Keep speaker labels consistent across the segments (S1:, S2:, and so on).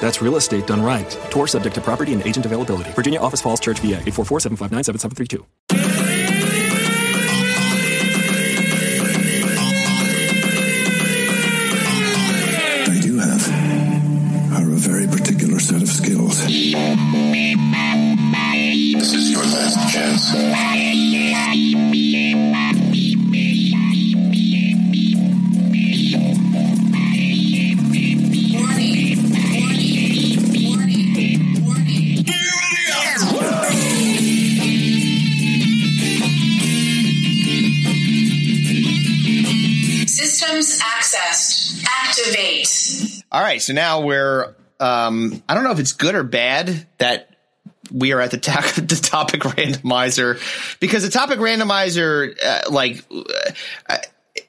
S1: That's real estate done right. Tour subject to property and agent availability. Virginia Office Falls Church, VA 844 759 7732.
S2: I do have are a very particular set of skills. This is your last chance.
S3: Systems accessed. Activate.
S4: All right, so now we're um I don't know if it's good or bad that we are at the, ta- the topic randomizer because the topic randomizer uh, like uh,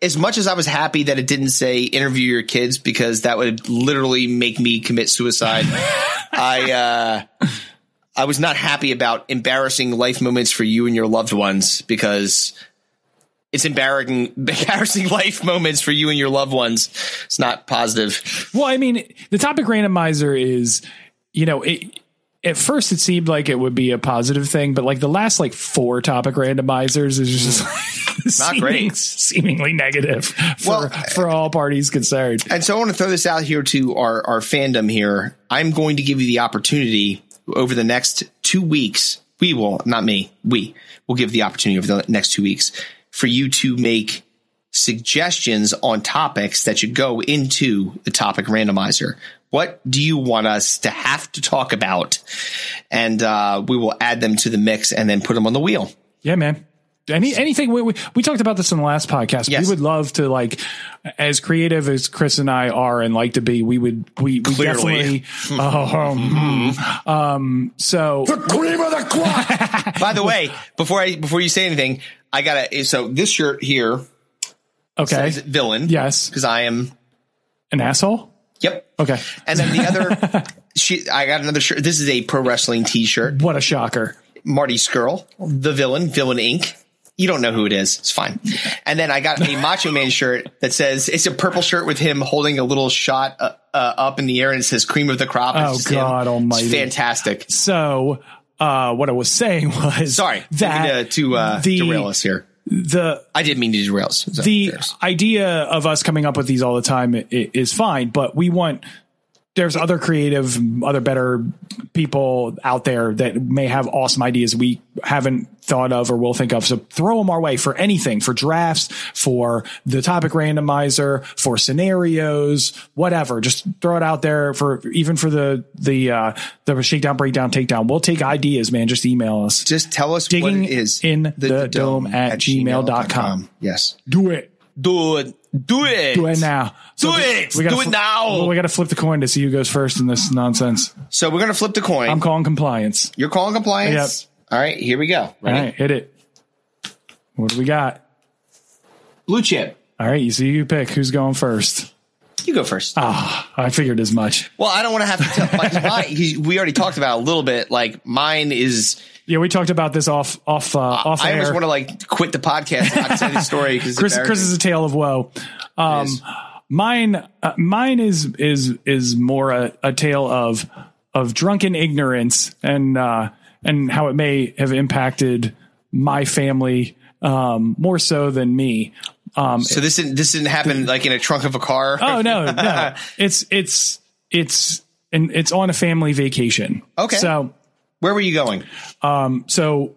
S4: as much as I was happy that it didn't say interview your kids because that would literally make me commit suicide. I uh I was not happy about embarrassing life moments for you and your loved ones because it's embarrassing embarrassing life moments for you and your loved ones. It's not positive.
S5: Well, I mean, the topic randomizer is, you know, it, at first it seemed like it would be a positive thing, but like the last like four topic randomizers is just
S4: Hmm. Not
S5: seeming-
S4: great.
S5: seemingly negative for
S4: Well,
S5: for all parties concerned.
S4: And so I want to throw this out here to our, our fandom here. I'm going to give you the opportunity over the next two weeks. We will, not me, we will give the opportunity over the next two weeks for you to make suggestions on topics that should go into the topic randomizer. What do you want us to have to talk about? And uh, we will add them to the mix and then put them on the wheel.
S5: Yeah, man. Any anything we, we we talked about this in the last podcast.
S4: Yes.
S5: We would love to like as creative as Chris and I are and like to be. We would we, we
S4: Clearly. Hmm.
S5: definitely. um, um, so
S2: Cream of the crop.
S4: By the way, before I before you say anything, I gotta. So this shirt here
S5: okay,
S4: says villain.
S5: Yes.
S4: because I am
S5: an asshole.
S4: Yep.
S5: Okay,
S4: And then the other, she, I got another shirt. This is a pro wrestling T-shirt.
S5: what a shocker.
S4: Marty Skrull, the villain, villain Inc. You don't know who it is. It's fine. And then I got a Macho Man shirt that says it's a purple shirt with him holding a little shot uh, uh, up in the air and it says "cream of the crop." It's
S5: Oh,
S4: just him.
S5: God
S4: It's
S5: almighty.
S4: fantastic.
S5: So uh, what I was saying was
S4: Sorry
S5: that
S4: didn't mean to, to uh,
S5: the-
S4: derail us here.
S5: the
S4: I didn't mean to derail us. So,
S5: the
S4: there's-
S5: idea of us coming up with these all the time i- i- is fine, but we want there's other creative, other better people out there that may have awesome ideas we haven't thought of or will think of. So throw them our way for anything, for drafts, for the topic randomizer, for scenarios, whatever. Just throw it out there for even for the the uh the shakedown, breakdown, takedown. We'll take ideas, man. Just email us.
S4: just tell us what
S5: digging
S4: it is
S5: in the dome at gmail.com.
S4: Yes.
S5: Do it.
S4: Do it. Do it.
S5: Do it now.
S4: Do
S5: we-
S4: it.
S5: We gotta
S4: Do it
S5: fl-
S4: now.
S5: well, we got to flip the coin to see who goes first in this nonsense.
S4: So we're gonna flip the coin.
S5: I'm calling compliance.
S4: You're calling compliance. All right, here we go.
S5: All
S4: Ready?
S5: right, hit it. What do we got?
S4: Blue chip.
S5: All right, you see, you pick who's going first.
S4: You go first.
S5: Ah. I figured as much.
S4: well, I don't want to have to tell. Like, my, he, we already talked about it a little bit. Like mine is.
S5: Yeah, we talked about this off off uh, off
S4: I almost
S5: air.
S4: want to like quit the podcast and not tell the story because
S5: Chris, Chris is a tale of woe. Um, mine uh, mine is is is more a, a tale of of drunken ignorance and uh and how it may have impacted my family um more so than me
S4: so this didn't this didn't happen like in a trunk of a car.
S5: oh no no it's it's it's and it's on a family vacation
S4: Okay.
S5: so
S4: Where were you going?
S5: so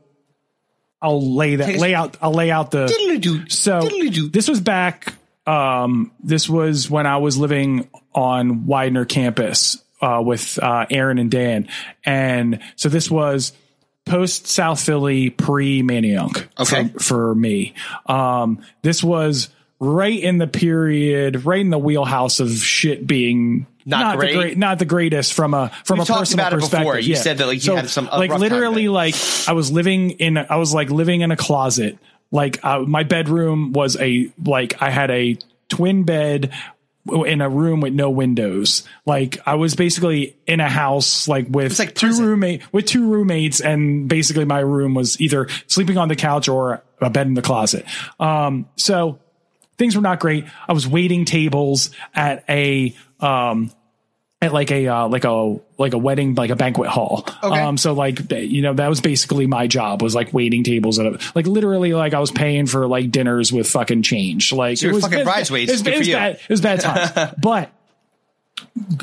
S5: i'll lay that lay out i'll lay out the
S4: Diddly-doo,
S5: so
S4: diddly-doo.
S5: this was back um this was when i was living on widener campus uh with uh aaron and dan and so this was post south philly pre manayunk
S4: Okay.
S5: for, for me um this was right in the period right in the wheelhouse of shit being
S4: Not
S5: not
S4: great?
S5: the great, not the greatest from a from
S4: We've
S5: a
S4: talked
S5: personal
S4: about it before.
S5: perspective.
S4: You
S5: yeah.
S4: said that, like, you
S5: So,
S4: had some- a
S5: like
S4: rough time
S5: literally
S4: with it.
S5: like I was living in I was like living in a closet. Like uh, my bedroom was a like I had a twin bed in a room with no windows. Like I was basically in a house like with
S4: like
S5: two
S4: prison.
S5: roommate with two roommates and basically my room was either sleeping on the couch or a bed in the closet. Um so things were not great. I was waiting tables at a um at like a uh, like a like a wedding like a banquet hall.
S4: Okay.
S5: Um so like th- you know that was basically my job was like waiting tables at a, like literally like I was paying for like dinners with fucking change. Like
S4: you're fucking
S5: it
S4: bride's
S5: it
S4: wage.
S5: was-
S4: Good
S5: it
S4: for
S5: was
S4: you.
S5: bad. It was bad times. but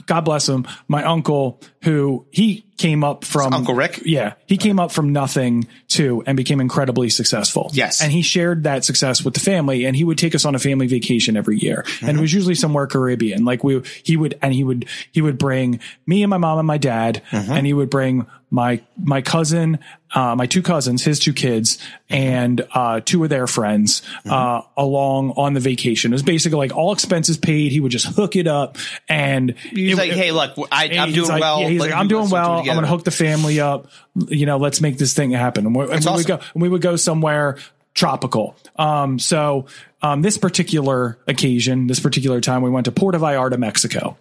S5: God bless him. My uncle, who he came up from
S4: Uncle Rick?
S5: Yeah. He came up from nothing to and became incredibly successful.
S4: Yes.
S5: And he shared that success with the family and he would take us on a family vacation every year. And it was usually somewhere Caribbean. Like we, he would, and he would, he would bring me and my mom and my dad
S4: Uh-huh.
S5: and he would bring my, my cousin, uh, my two cousins, his two kids
S4: Uh-huh.
S5: and, uh, two of their friends, uh, along on the vacation. It was basically like all expenses paid. He would just hook it up and
S4: He's
S5: it-
S4: like, hey, look, I, I'm
S5: he's
S4: doing
S5: like-
S4: well.
S5: yeah, he's
S4: Let-
S5: like, I'm doing
S4: let's do it
S5: well. I'm
S4: together."
S5: going to hook the family up. You know, let's make this thing happen. And, we and we would
S4: awesome.
S5: go. And we would go somewhere tropical. Um, so um, this particular occasion, this particular time, we went to Puerto Vallarta, Mexico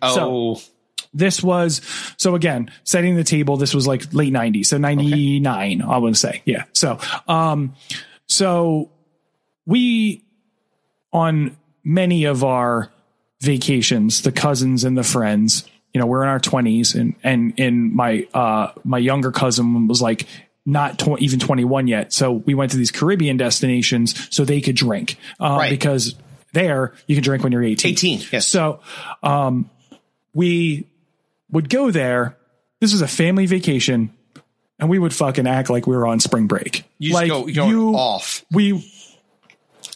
S4: Oh,
S5: this was so again setting the table this was like late 90s so 99 i would say yeah so um so we on many of our vacations the cousins and the friends you know we're in our 20s and and and my uh my younger cousin was like not tw- even 21 yet so we went to these caribbean destinations so they could drink uh,
S4: Right.
S5: because there you can drink when you're 18
S4: 18. Yes.
S5: so um, we would go there. This was a family vacation, and we would fucking act like we were on spring break.
S4: you
S5: like
S4: just go, you're off.
S5: we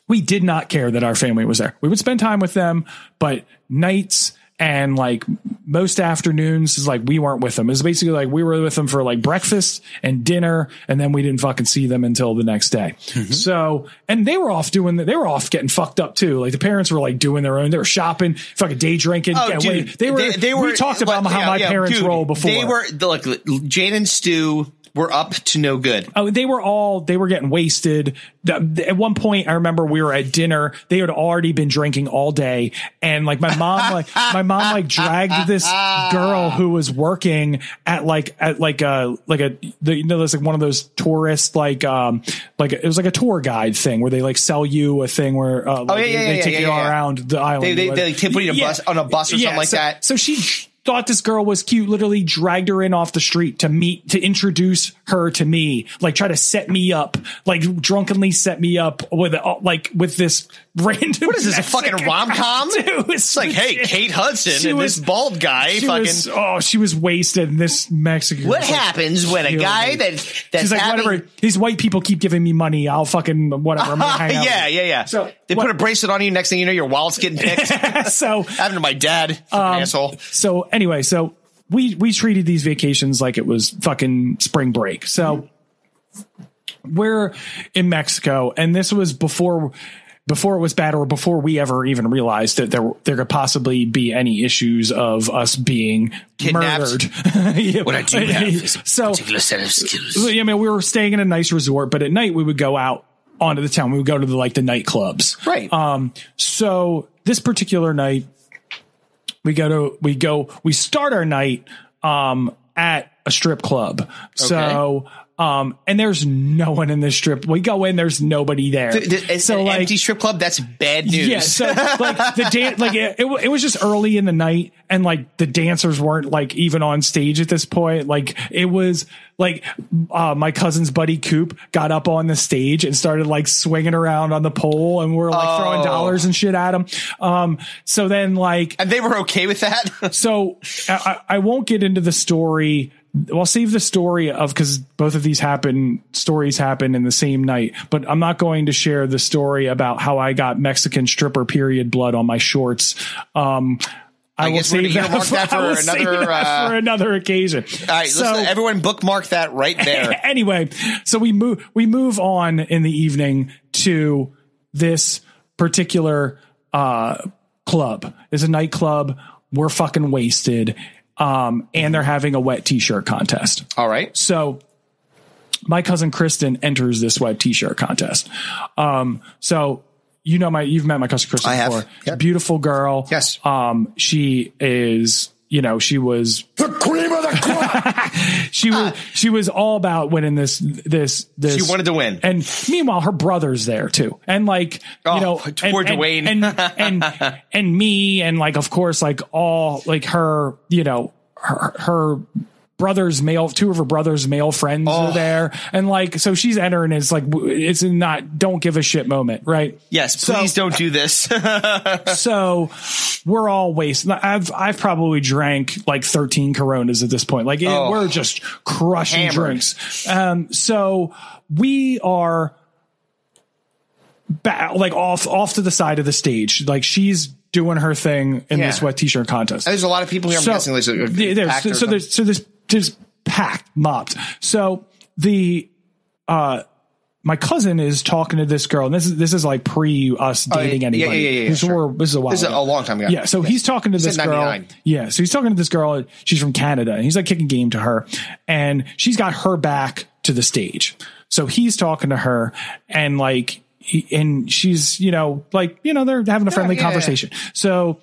S5: we did not care that our family was there. We would spend time with them, but nights and like most afternoons is like we weren't with them. It's basically like we were with them for like breakfast and dinner, and then we didn't fucking see them until the next day.
S4: Mm-hmm.
S5: So, and they were off doing that. They were off getting fucked up too. Like the parents were like doing their own. They were shopping, fucking day drinking.
S4: Oh,
S5: getting
S4: dude,
S5: wasted. they were. We talked about
S4: like,
S5: how
S4: yeah,
S5: my
S4: yeah,
S5: parents
S4: dude,
S5: roll before.
S4: They were look, Jane and Stu were up to no good.
S5: Oh, they were all they were getting wasted. The- the- At one point, I remember we were at dinner. They had already been drinking all day, and like my mom, like my mom, like dragged this girl who was working at like at like a like a the, you know there's like one of those tourist like um like it was like a tour guide thing where they like sell you a thing where uh, like,
S4: Oh, yeah, yeah,
S5: they
S4: yeah,
S5: take
S4: yeah,
S5: you
S4: yeah, yeah.
S5: around the island.
S4: They- they-
S5: or
S4: they, like, take- put you in a
S5: Yeah.
S4: bus- on a bus or something like
S5: so-
S4: that.
S5: So she thought this girl was cute, literally dragged her in off the street to meet, to introduce her to me, like try to set me up, like drunkenly set me up with, uh, like with this random. What
S4: is this, a fucking rom-com?
S5: It's
S4: It's like, hey, Kate Hudson
S5: She
S4: and
S5: was-
S4: this bald guy
S5: she
S4: fucking.
S5: was, oh, she was wasted. And this Mexican.
S4: what
S5: was like,
S4: happens when a
S5: you know,
S4: guy
S5: like-
S4: that that's
S5: She's like,
S4: having,
S5: whatever. These white people keep giving me money. I'll fucking whatever. I'm gonna hang out with
S4: yeah, yeah,
S5: you."
S4: yeah.
S5: So
S4: they
S5: what-
S4: put a bracelet on you. Next thing you know, your wallet's getting picked.
S5: so
S4: happened to my dad,
S5: Um,
S4: fucking asshole.
S5: so anyway, so we we treated these vacations like it was fucking spring break. So we're in Mexico, and this was before before it was bad, or before we ever even realized that there there could possibly be any issues of us being
S4: Kidnapped?
S5: murdered. Yeah.
S6: What I do have is a
S5: so
S6: particular set of skills.
S5: I mean, we were staying in a nice resort, but at night we would go out onto the town. We would go to the like the nightclubs,
S4: Right.
S5: Um, so this particular night, we go to we go we start our night um at a strip club. So um, and there's no one in the strip. We go in, there's nobody there.
S4: It's
S5: so
S4: an
S5: like
S4: empty strip club. That's bad news.
S5: yeah, so like the dan- like it, it, wa- it was just early in the night, and like the dancers weren't like even on stage at this point. Like it was like uh, my cousin's buddy Coop got up on the stage and started like swinging around on the pole, and we are like throwing
S4: Oh.
S5: dollars and shit at him. Um, so then like
S4: and they were okay with that.
S5: so I, I I won't get into the story. I'll save the story of because both of these happen stories happen in the same night, but I'm not going to share the story about how I got Mexican stripper period blood on my shorts. Um, I, will
S4: guess we're
S5: save
S4: gonna
S5: that,
S4: earmark that
S5: I
S4: for
S5: will save
S4: another,
S5: that
S4: uh,
S5: for another occasion.
S4: All right,
S5: So-
S4: listen, everyone bookmark that right there.
S5: anyway, so we move we move on in the evening to this particular uh club. It's a nightclub. We're fucking wasted. Um, and they're having a wet t-shirt contest.
S4: All right.
S5: So my cousin Kristen enters this wet t-shirt contest. Um, so you know my you've met my cousin Kristen
S4: I have.
S5: before.
S4: Yep.
S5: Beautiful girl.
S4: Yes.
S5: Um, she is, you know, she was
S2: The cream of the crop.
S5: she was she was all about winning this this this
S4: Uh, She wanted to win.
S5: and meanwhile her brother's there too and like
S4: Oh,
S5: you know
S4: poor
S5: and, and-
S4: Dwayne.
S5: and, and and me and like of course like all like her you know her her brothers male two of her brothers male friends
S4: Oh.
S5: are there and like so she's entering it's like w- it's not don't give a shit moment right
S4: Yes,
S5: So-
S4: please don't do this.
S5: so we're all wasting. I've I've probably drank like thirteen Coronas at this point. Like it-
S4: Oh.
S5: we're just crushing
S4: Hammered.
S5: drinks. Um, so we are ba- like off off to the side of the stage. Like she's doing her thing in
S4: Yeah.
S5: this wet t-shirt contest
S4: there's a lot of people here. I'm guessing there's, a-
S5: there- there's-
S4: packed or
S5: so there's so there's there's packed mopped so the uh my cousin is talking to this girl and this is this is like pre us
S4: Oh, yeah,
S5: dating
S4: yeah,
S5: anybody
S4: yeah, yeah, yeah,
S5: this, is
S4: sure.
S5: where- this is a while
S4: This is a
S5: ago.
S4: long time ago.
S5: yeah so he's talking to
S4: He
S5: this
S4: said
S5: girl
S4: 99.
S5: yeah so he's talking to this girl she's from canada and he's like kicking game to her and she's got her back to the stage so he's talking to her and like he, and she's you know like you know they're having a friendly
S4: yeah, yeah.
S5: conversation so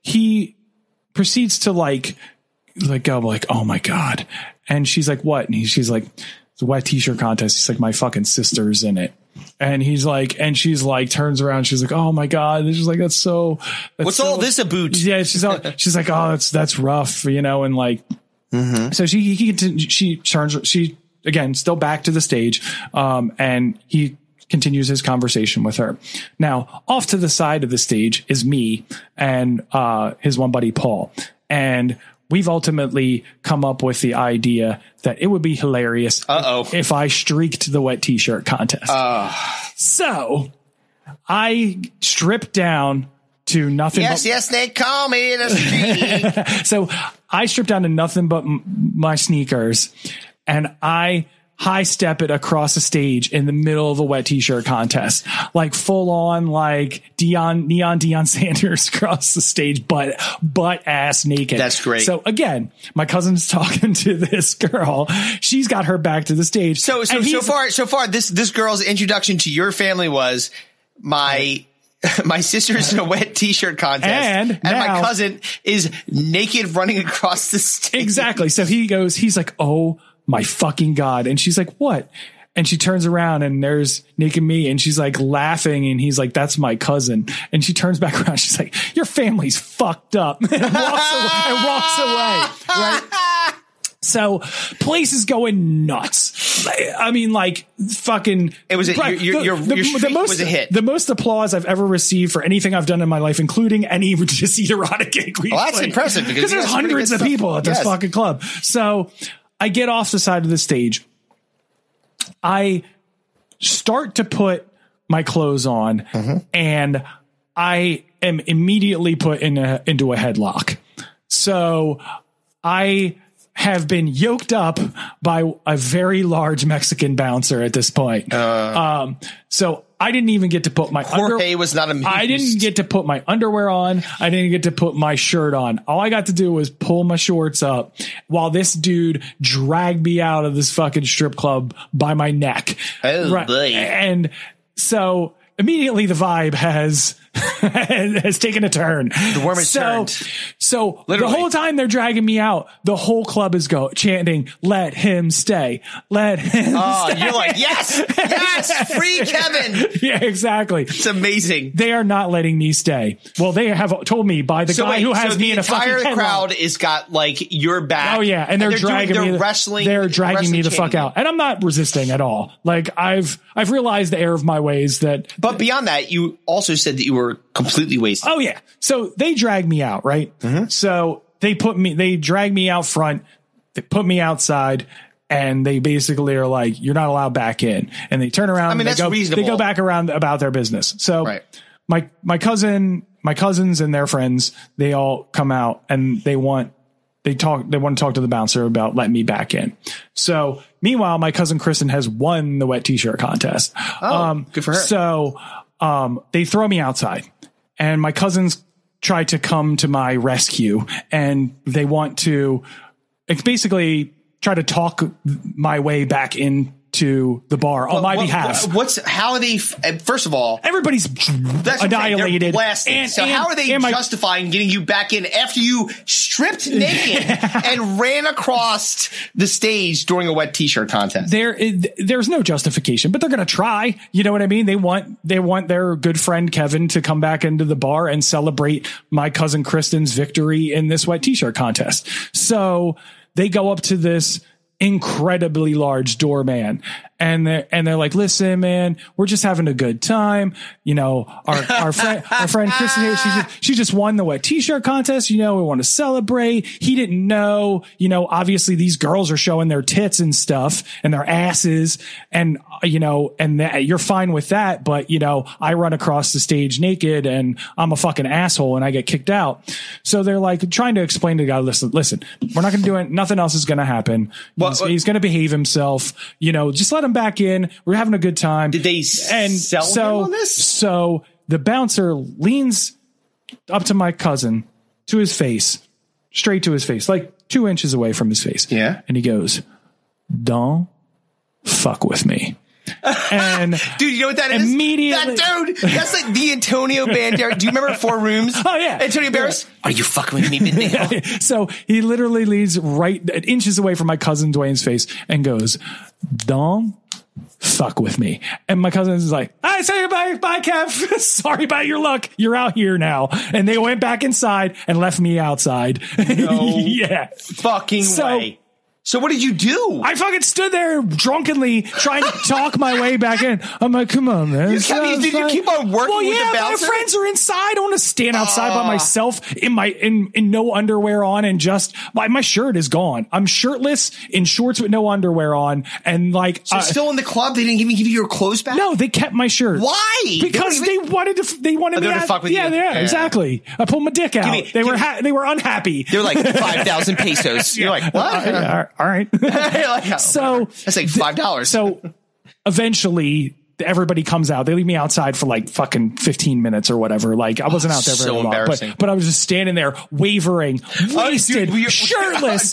S5: he proceeds to like like go like oh my god and she's like what and he, she's like the wet t-shirt contest he's like my fucking sister's in it and he's like and she's like turns around she's like oh my god and she's like that's so that's
S4: What's
S5: so-
S4: all this about?
S5: yeah she's all, she's like oh that's that's rough you know and like
S4: Mm-hmm.
S5: so she he, contin- she turns she again still back to the stage um and he continues his conversation with her now off to the side of the stage is me and uh his one buddy paul and we've ultimately come up with the idea that it would be hilarious
S4: Uh-oh. Uh.
S5: if i streaked the wet t-shirt contest so i stripped down to nothing
S4: Yes,
S5: but
S4: yes, they call me in a street.
S5: so I stripped down to nothing but m- my sneakers and I high step it across the stage in the middle of a wet t-shirt contest, like full on, like Dion, neon Dion Sanders across the stage, but butt ass naked.
S4: That's great.
S5: So again, my cousin's talking to this girl. She's got her back to the stage.
S4: So so
S5: And
S4: so
S5: he's-
S4: far so far this this girl's introduction to your family was my my sister's in a wet t-shirt contest
S5: And
S4: my
S5: now-
S4: cousin is naked running across the stage.
S5: Exactly. So he goes, he's like, oh my fucking God. And she's like, what? And she turns around and there's Nick and me and she's like laughing and he's like, that's my cousin. And she turns back around. She's like, your family's fucked up and walks away. And walks away right? So place is going nuts. I mean, like fucking.
S4: It was a-
S5: Right,
S4: your- your- your shriek
S5: most,
S4: was a hit.
S5: The most applause I've ever received for anything I've done in my life, including any deceit erotic gig. we
S4: Well, that's
S5: played.
S4: impressive because you
S5: there's
S4: got some pretty
S5: hundreds
S4: good
S5: of
S4: stuff.
S5: people at this
S4: Yes.
S5: fucking club. So I get off the side of the stage. I start to put my clothes on
S4: Mm-hmm.
S5: and I am immediately put in a, into a headlock. So I have been yoked up by a very large Mexican bouncer at this point. um, so I didn't even get to put my
S4: Uh. Jorge was not amused.
S5: I didn't get to put my underwear on. I didn't get to put my shirt on. All I got to do was pull my shorts up while this dude dragged me out of this fucking strip club by my neck.
S4: Oh, boy.
S5: And so immediately the vibe has has taken a turn. The
S4: worm has
S5: so,
S4: turned.
S5: So
S4: Literally.
S5: the whole time they're dragging me out, the whole club is go chanting, "Let him stay, let him."
S4: Oh,
S5: stay.
S4: you're like, yes, yes, free Kevin.
S5: yeah, exactly.
S4: It's amazing.
S5: they are not letting me stay. Well, they have told me by the
S4: So
S5: guy
S4: wait,
S5: who has
S4: so
S5: me
S4: the
S5: in a
S4: entire
S5: fucking
S4: crowd
S5: headlock.
S4: is got like your back.
S5: Oh yeah, and they're,
S4: doing-
S5: dragging me.
S4: they're
S5: the-
S4: wrestling.
S5: They're dragging
S4: wrestling
S5: me the
S4: chanting
S5: fuck
S4: you.
S5: out, and I'm not resisting at all. Like I've I've realized the error of my ways that.
S4: But beyond that, you also said that you were completely wasted.
S5: Oh yeah, so they drag me out, right?
S4: Mm-hmm.
S5: So they put me, they drag me out front, they put me outside. And they basically are like, "You're not allowed back in." And they turn around. I
S4: mean,
S5: they
S4: that's
S5: go,
S4: reasonable.
S5: They go back around about their business. So,
S4: Right.
S5: my my cousin, my cousins and their friends, they all come out and they want they talk they want to talk to the bouncer about let me back in. So meanwhile, my cousin Kristen has won the wet t-shirt contest. Oh, um
S4: good for her.
S5: So um they throw me outside and my cousin's try to come to my rescue and they want to it's basically try to talk my way back into the bar on my
S4: What-
S5: behalf.
S4: What's how are they? f- First of all,
S5: Everybody's
S4: That's the thing, they're
S5: annihilated.
S4: blasted.
S5: And-
S4: so
S5: and-
S4: how are they
S5: and my-
S4: justifying getting you back in after you stripped naked and ran across the stage during a wet t-shirt contest?
S5: there is- there's no justification but they're going to try you know what i mean they want they want their good friend kevin to come back into the bar and celebrate my cousin kristen's victory in this wet t-shirt contest so they go up to this incredibly large doorman and they're and they're like listen man we're just having a good time you know our our friend our friend kristen here she just, she just won the wet t-shirt contest you know we want to celebrate he didn't know you know obviously these girls are showing their tits and stuff and their asses and uh, you know and that you're fine with that but you know i run across the stage naked and i'm a fucking asshole and i get kicked out so they're like trying to explain to the guy listen listen we're not gonna do it nothing else is gonna happen he's,
S4: what-
S5: he's gonna behave himself you know just let him back in we're having a good time
S4: Did they
S5: and
S4: sell him
S5: so
S4: on this?
S5: so the bouncer leans up to my cousin to his face straight to his face like two inches away from his face
S4: Yeah.
S5: and he goes don't fuck with me and
S4: Dude, you know what that is?
S5: Immediately-
S4: That dude. That's like the Antonio Banderas. Do you remember Four Rooms?
S5: Oh, yeah.
S4: Antonio Banderas.
S6: Are you fucking with me, Midnight?
S5: so he literally leans right inches away from my cousin Dwayne's face and goes, "Don't fuck with me." And my cousin is like, "I say bye, bye, Kev. Sorry about your luck. You're out here now." And they went back inside and left me outside. yeah.
S4: Fucking
S5: So-
S4: way. So what did you do?
S5: I fucking stood there drunkenly trying to talk my way back in. I'm like, come on, man. You
S4: kept- did you keep on working
S5: Well,
S4: with
S5: yeah,
S4: the
S5: my
S4: bouncer? Ah.
S5: friends are inside. I don't want to stand outside by myself in my in in no underwear on and just my my shirt is gone. I'm shirtless in shorts with no underwear on and like
S4: You're
S5: uh,
S4: still in the club. They didn't even give you your clothes back.
S5: no, they kept my shirt.
S4: Why?
S5: Because
S4: They
S5: they
S4: don't
S5: wanted to. f- They wanted
S4: Oh,
S5: me
S4: they wanted to fuck with
S5: yeah,
S4: you.
S5: yeah,
S4: Yeah.
S5: exactly. I pulled my dick out.
S4: me-
S5: they
S4: give
S5: were
S4: me-
S5: ha- they were unhappy.
S4: They're like five thousand pesos. You're like what?
S5: All right, all right.
S4: You're like, oh,
S5: so
S4: that's like five dollars.
S5: So eventually everybody comes out. They leave me outside for like fucking 15 minutes or whatever. Like I wasn't out there
S4: Oh,
S5: very
S4: so
S5: long,
S4: embarrassing. Oh,
S5: but, but I was just standing there wavering, wasted,
S4: were you-
S5: shirtless.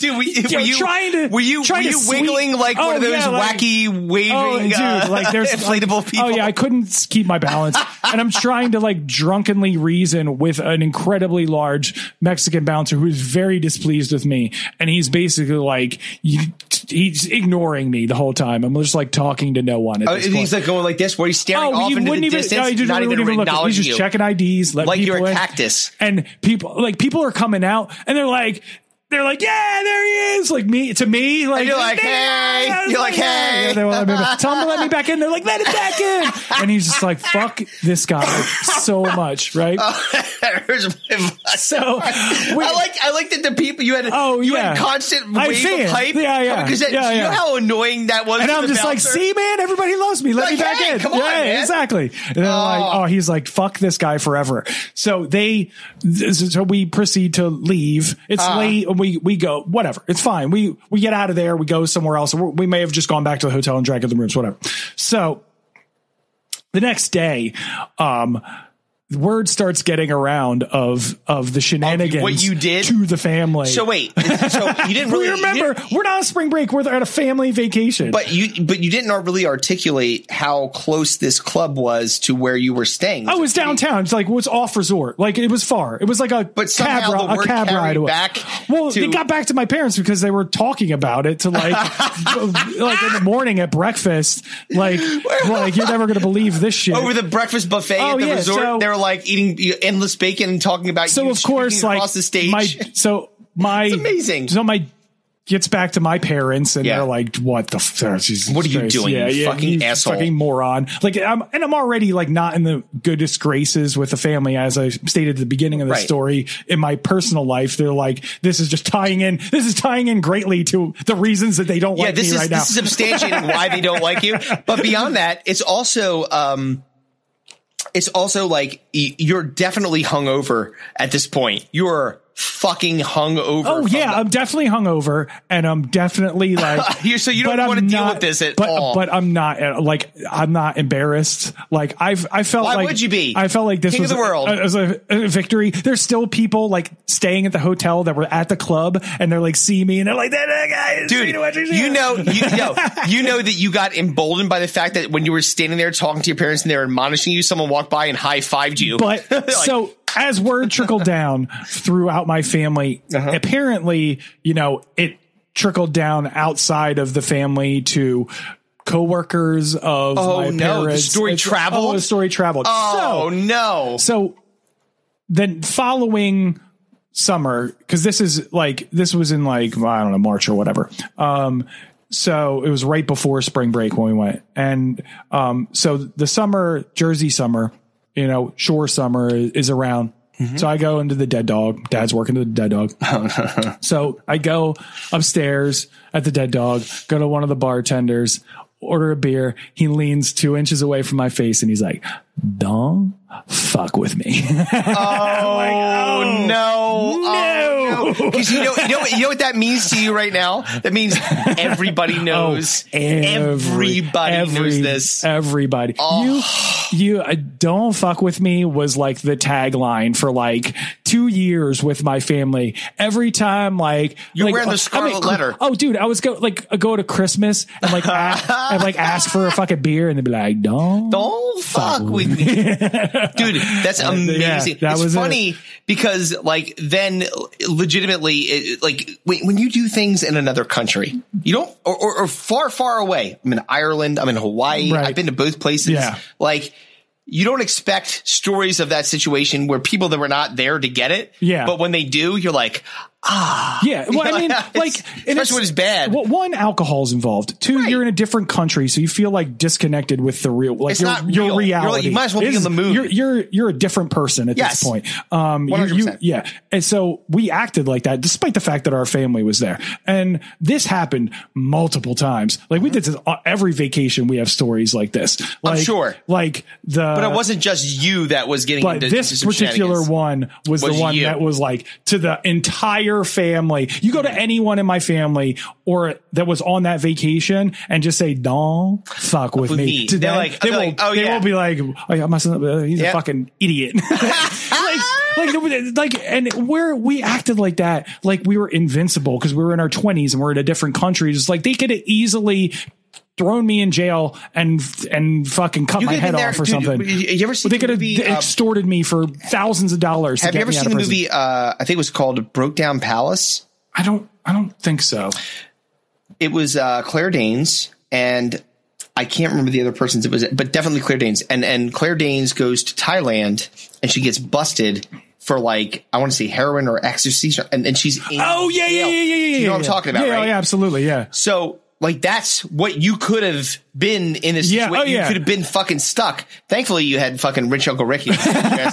S4: Dude, were you,
S5: you know,
S4: were you
S5: trying to,
S4: were you,
S5: trying
S4: were you
S5: to
S4: wiggling
S5: sweep-
S4: like one
S5: Oh,
S4: of those
S5: yeah, like-
S4: wacky waving
S5: Oh, dude!
S4: uh,
S5: Like there's
S4: inflatable
S5: like-
S4: people?
S5: Oh yeah, I couldn't keep my balance, and I'm trying to like drunkenly reason with an incredibly large Mexican bouncer who is very displeased with me, and he's basically like you- he's ignoring me the whole time. I'm just like talking to no one. At
S4: Oh,
S5: this
S4: and
S5: point.
S4: he's like going like this, where he's staring
S5: Oh,
S4: off
S5: you
S4: into the
S5: wouldn't even.
S4: distance,
S5: no, you
S4: not
S5: wouldn't
S4: even,
S5: even look. at- He's
S4: acknowledging
S5: just
S4: you.
S5: checking IDs, let
S4: Like
S5: people
S4: you're a
S5: in.
S4: cactus.
S5: and people like people are coming out, and they're like. They're like, yeah, there he is. Like me to me, like
S4: you're like,
S5: "There he
S4: hey.
S5: is."
S4: You're like, hey.
S5: Yeah, they won't let me back- Tell him to let me back in. They're like, let him back in. And he's just like, fuck this guy so much, right?
S4: There's my vibe.
S5: So we-
S4: Oh, I like I like that the people you had
S5: Oh,
S4: you
S5: yeah.
S4: had constant
S5: I
S4: wave
S5: see
S4: of
S5: it.
S4: hype
S5: Yeah, yeah.
S4: because that,
S5: Yeah,
S4: you
S5: yeah.
S4: know how annoying that was
S5: And
S4: to
S5: I'm
S4: the
S5: just like,
S4: bouncer?
S5: see, man, everybody loves me. Let
S4: Like,
S5: me back
S4: hey,
S5: in.
S4: come on,
S5: yeah,
S4: man.
S5: exactly. And they're like, oh, he's like, fuck this guy forever. So they, this- so we proceed to leave. It's
S4: Uh-huh.
S5: late. and We we go whatever. It's fine. We we get out of there. We go somewhere else. We're- We may have just gone back to the hotel and drank at the rooms. Whatever. So the next day, um, word starts getting around of of the shenanigans
S4: you did?
S5: to the family.
S4: So wait, so you didn't really
S5: we remember
S4: you didn't-
S5: we're not on spring break. We're at a family vacation.
S4: but you but you didn't really articulate how close this club was to where you were staying.
S5: I was downtown. It's like what's off resort. Like it was far. It was like a
S4: But somehow
S5: cab, ri-
S4: the
S5: a
S4: word
S5: cab
S4: carried
S5: ride away.
S4: back
S5: well,
S4: to-
S5: it got back to my parents because they were talking about it to like like in the morning at breakfast. Like like you're never gonna believe this shit.
S4: over the breakfast buffet
S5: Oh,
S4: at the
S5: yeah,
S4: resort.
S5: so-
S4: they were like eating endless bacon and talking about
S5: so
S4: you
S5: of course,
S4: streaking
S5: like
S4: across the stage.
S5: my so my
S4: It's amazing.
S5: So my gets back to my parents and
S4: Yeah.
S5: they're like, "What the? F- oh, Jesus
S4: What are you
S5: Christ.
S4: doing, you fucking asshole."
S5: fucking moron!" Like, I'm and I'm already like not in the goodest graces with the family, as I stated at the beginning of the
S4: Right.
S5: story. In my personal life, they're like, "This is just tying in. This is tying in greatly to the reasons that they don't
S4: yeah,
S5: like
S4: this is
S5: me right now."
S4: this is substantiating why they don't like you. But beyond that, it's also um, it's also like y- you're definitely hungover at this point. You're fucking hungover.
S5: Oh
S4: from
S5: yeah,
S4: the-
S5: I'm definitely hungover, and I'm definitely like.
S4: You're- so you don't
S5: but I'm
S4: wanna deal
S5: not-
S4: with this at
S5: but,
S4: all.
S5: But I'm not uh, like I'm not embarrassed. Like I've I felt
S4: Why
S5: like
S4: would you be?
S5: I felt like this
S4: King
S5: was
S4: of the world.
S5: A, was a, a victory. There's still people like staying at the hotel that were at the club, and they're like see me, and they're like that, that guy. is
S4: Dude,
S5: Cena Wedges, yeah."
S4: you know, you know, you know that you got emboldened by the fact that when you were standing there talking to your parents and they were admonishing you, someone walked by and high fived you.
S5: But
S4: Like,
S5: so as word trickled down throughout my family,
S4: Uh-huh.
S5: apparently, you know, it trickled down outside of the family to coworkers of
S4: Oh, no,
S5: my
S4: the
S5: parents.
S4: story
S5: It's-
S4: traveled?
S5: Oh, the story traveled.
S4: oh
S5: so,
S4: no,
S5: so then following summer, because this is like this was in like I don't know March or whatever. Um, so it was right before spring break when we went, and um, so the summer Jersey summer, you know, shore summer is, is around. So I go into the dead dog. Dad's working to the dead dog. So I go upstairs at the dead dog, go to one of the bartenders, order a beer. He leans two inches away from my face and he's like, Don't fuck with me.
S4: oh no,
S5: No.
S4: Because you know, you know, what- you know what that means to you right now. That means everybody knows.
S5: Oh, Every-
S4: everybody knows
S5: every-
S4: this.
S5: Everybody. You, you uh, don't fuck with me was like the tagline for like two years with my family. Every time, like
S4: You're
S5: like, uh,
S4: wearing the
S5: I mean,
S4: scarlet letter.
S5: Oh, dude, I was go like I go to Christmas and like ask, and like ask for a fucking beer and they'd be like, don't.
S4: Don't fuck with me, dude. That's amazing.
S5: that
S4: it's
S5: was it.
S4: funny because, like, then legitimately, it, like when, when you do things in another country, you don't, or, or, or far, far away. I'm in Ireland. I'm in Hawaii.
S5: Right.
S4: I've been to both places.
S5: Yeah.
S4: Like. You don't expect stories of that situation where people that were not there to get it.
S5: Yeah.
S4: But when they do, you're like,
S5: Yeah. Well, I mean,
S4: Yeah, it's-
S5: like, and
S4: especially when it's bad.
S5: Well, one, alcohol's involved. Two,
S4: Right.
S5: you're in a different country, so you feel like disconnected with the real, like
S4: It's
S5: your,
S4: not
S5: your
S4: real. You're like,
S5: reality.
S4: you might as well be
S5: It
S4: in the mood.
S5: You're, you're, you're a different person at
S4: Yes.
S5: this point. Um, you- you-
S4: 100%.
S5: yeah. And so we acted like that, despite the fact that our family was there. And this happened multiple times. Like
S4: Mm-hmm.
S5: we did this on every vacation. We have stories like this. Like,
S4: sure.
S5: Like the,
S4: but it wasn't just you that was getting
S5: Uh, but
S4: into
S5: this
S4: some
S5: particular
S4: shenanigans.
S5: one was,
S4: Was
S5: the one
S4: you.
S5: that was like to the entire family. You go to
S4: Mm-hmm.
S5: anyone in my family or that was on that vacation and just say, "Don't fuck with
S4: With
S5: me."
S4: me.
S5: To
S4: They're
S5: them,
S4: like-
S5: they
S4: I'll
S5: will,
S4: be like, "Oh,
S5: they
S4: yeah."
S5: will be like, "Oh yeah, my son, uh, he's
S4: Yeah.
S5: a fucking idiot." like, like, like, and where we acted like that, like we were invincible because we were in our twenties and we're in a different country. It's like they could have easily. Thrown me in jail and and fucking cut
S4: You
S5: my
S4: could've been
S5: head
S4: there-
S5: off or
S4: dude,
S5: something.
S4: you- you ever seen
S5: They
S4: the
S5: could have
S4: movie, uh,
S5: extorted me for thousands of dollars. to
S4: Have
S5: get
S4: you ever
S5: me out
S4: seen the
S5: of prison.
S4: movie? Uh, I think it was called Broke Down Palace.
S5: I don't. I don't think so.
S4: it was uh, Claire Danes and I can't remember the other person's it was but definitely Claire Danes and and Claire Danes goes to Thailand and she gets busted for like I want to say heroin or ecstasy and and she's in
S5: Oh yeah, yeah, yeah,
S4: jail.
S5: yeah, yeah.
S4: you know
S5: yeah,
S4: what I'm
S5: yeah.
S4: talking about
S5: Yeah,
S4: right
S5: oh, yeah, absolutely, yeah.
S4: so like that's what you could have been in this
S5: Yeah,
S4: situation
S5: oh, yeah.
S4: you could have been fucking stuck thankfully you had fucking rich uncle Ricky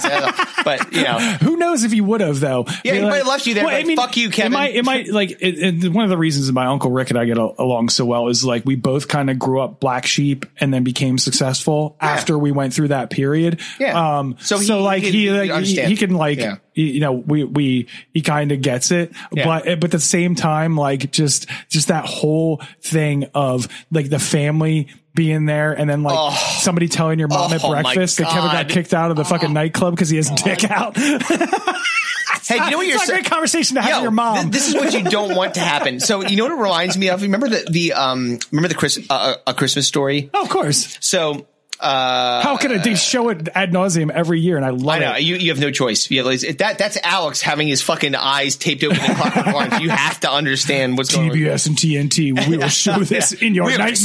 S4: but you know
S5: Who knows if he would have though?
S4: Yeah,
S5: Be
S4: he might have left you there, like, "Fuck you, Kevin."
S5: It might, it might like it, it- one of the reasons my uncle Rick and I get al- along so well is like we both kind of grew up black sheep and then became successful after we went through that period.
S4: Yeah.
S5: Um.
S4: So
S5: So,
S4: he-
S5: like
S4: he-
S5: he,
S4: he
S5: like, he,
S4: understands.
S5: he can like
S4: Yeah.
S5: y- you know we we he kind of gets it,
S4: Yeah.
S5: but but at the same time like just just that whole thing of like the family being there and then like somebody telling your mom at
S4: Oh, my
S5: breakfast that Kevin
S4: God. Oh.
S5: got kicked out of the fucking nightclub because he has dick out.
S4: hey you know what
S5: it's
S4: you're
S5: not a
S4: saying?
S5: great conversation to have
S4: Yo,
S5: with your mom.
S4: th- this is what you don't want to happen. So you know what it reminds me of? Remember the the um remember the Chris uh, a Christmas story?
S5: oh, of course.
S4: So
S5: How can it, they show it ad nauseum every year? And I love
S4: Uh, I know
S5: it.
S4: you, you have no choice. You have, that that's Alex having his fucking eyes taped open in clockwork orange. You have to understand what's going on.
S5: TBS and TNT. We will show this in your
S4: We will see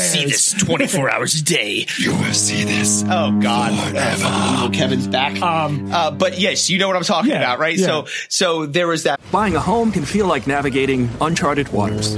S6: It's
S5: nightmares.
S6: 24 hours a day.
S2: You will see this.
S4: Oh God! Uh, fucking evil Kevin's back.
S5: Um,
S4: uh, but yes, you know what I'm talking
S5: Yeah,
S4: about, right?
S5: yeah.
S4: So so there was that.
S1: Buying a home can feel like navigating uncharted waters.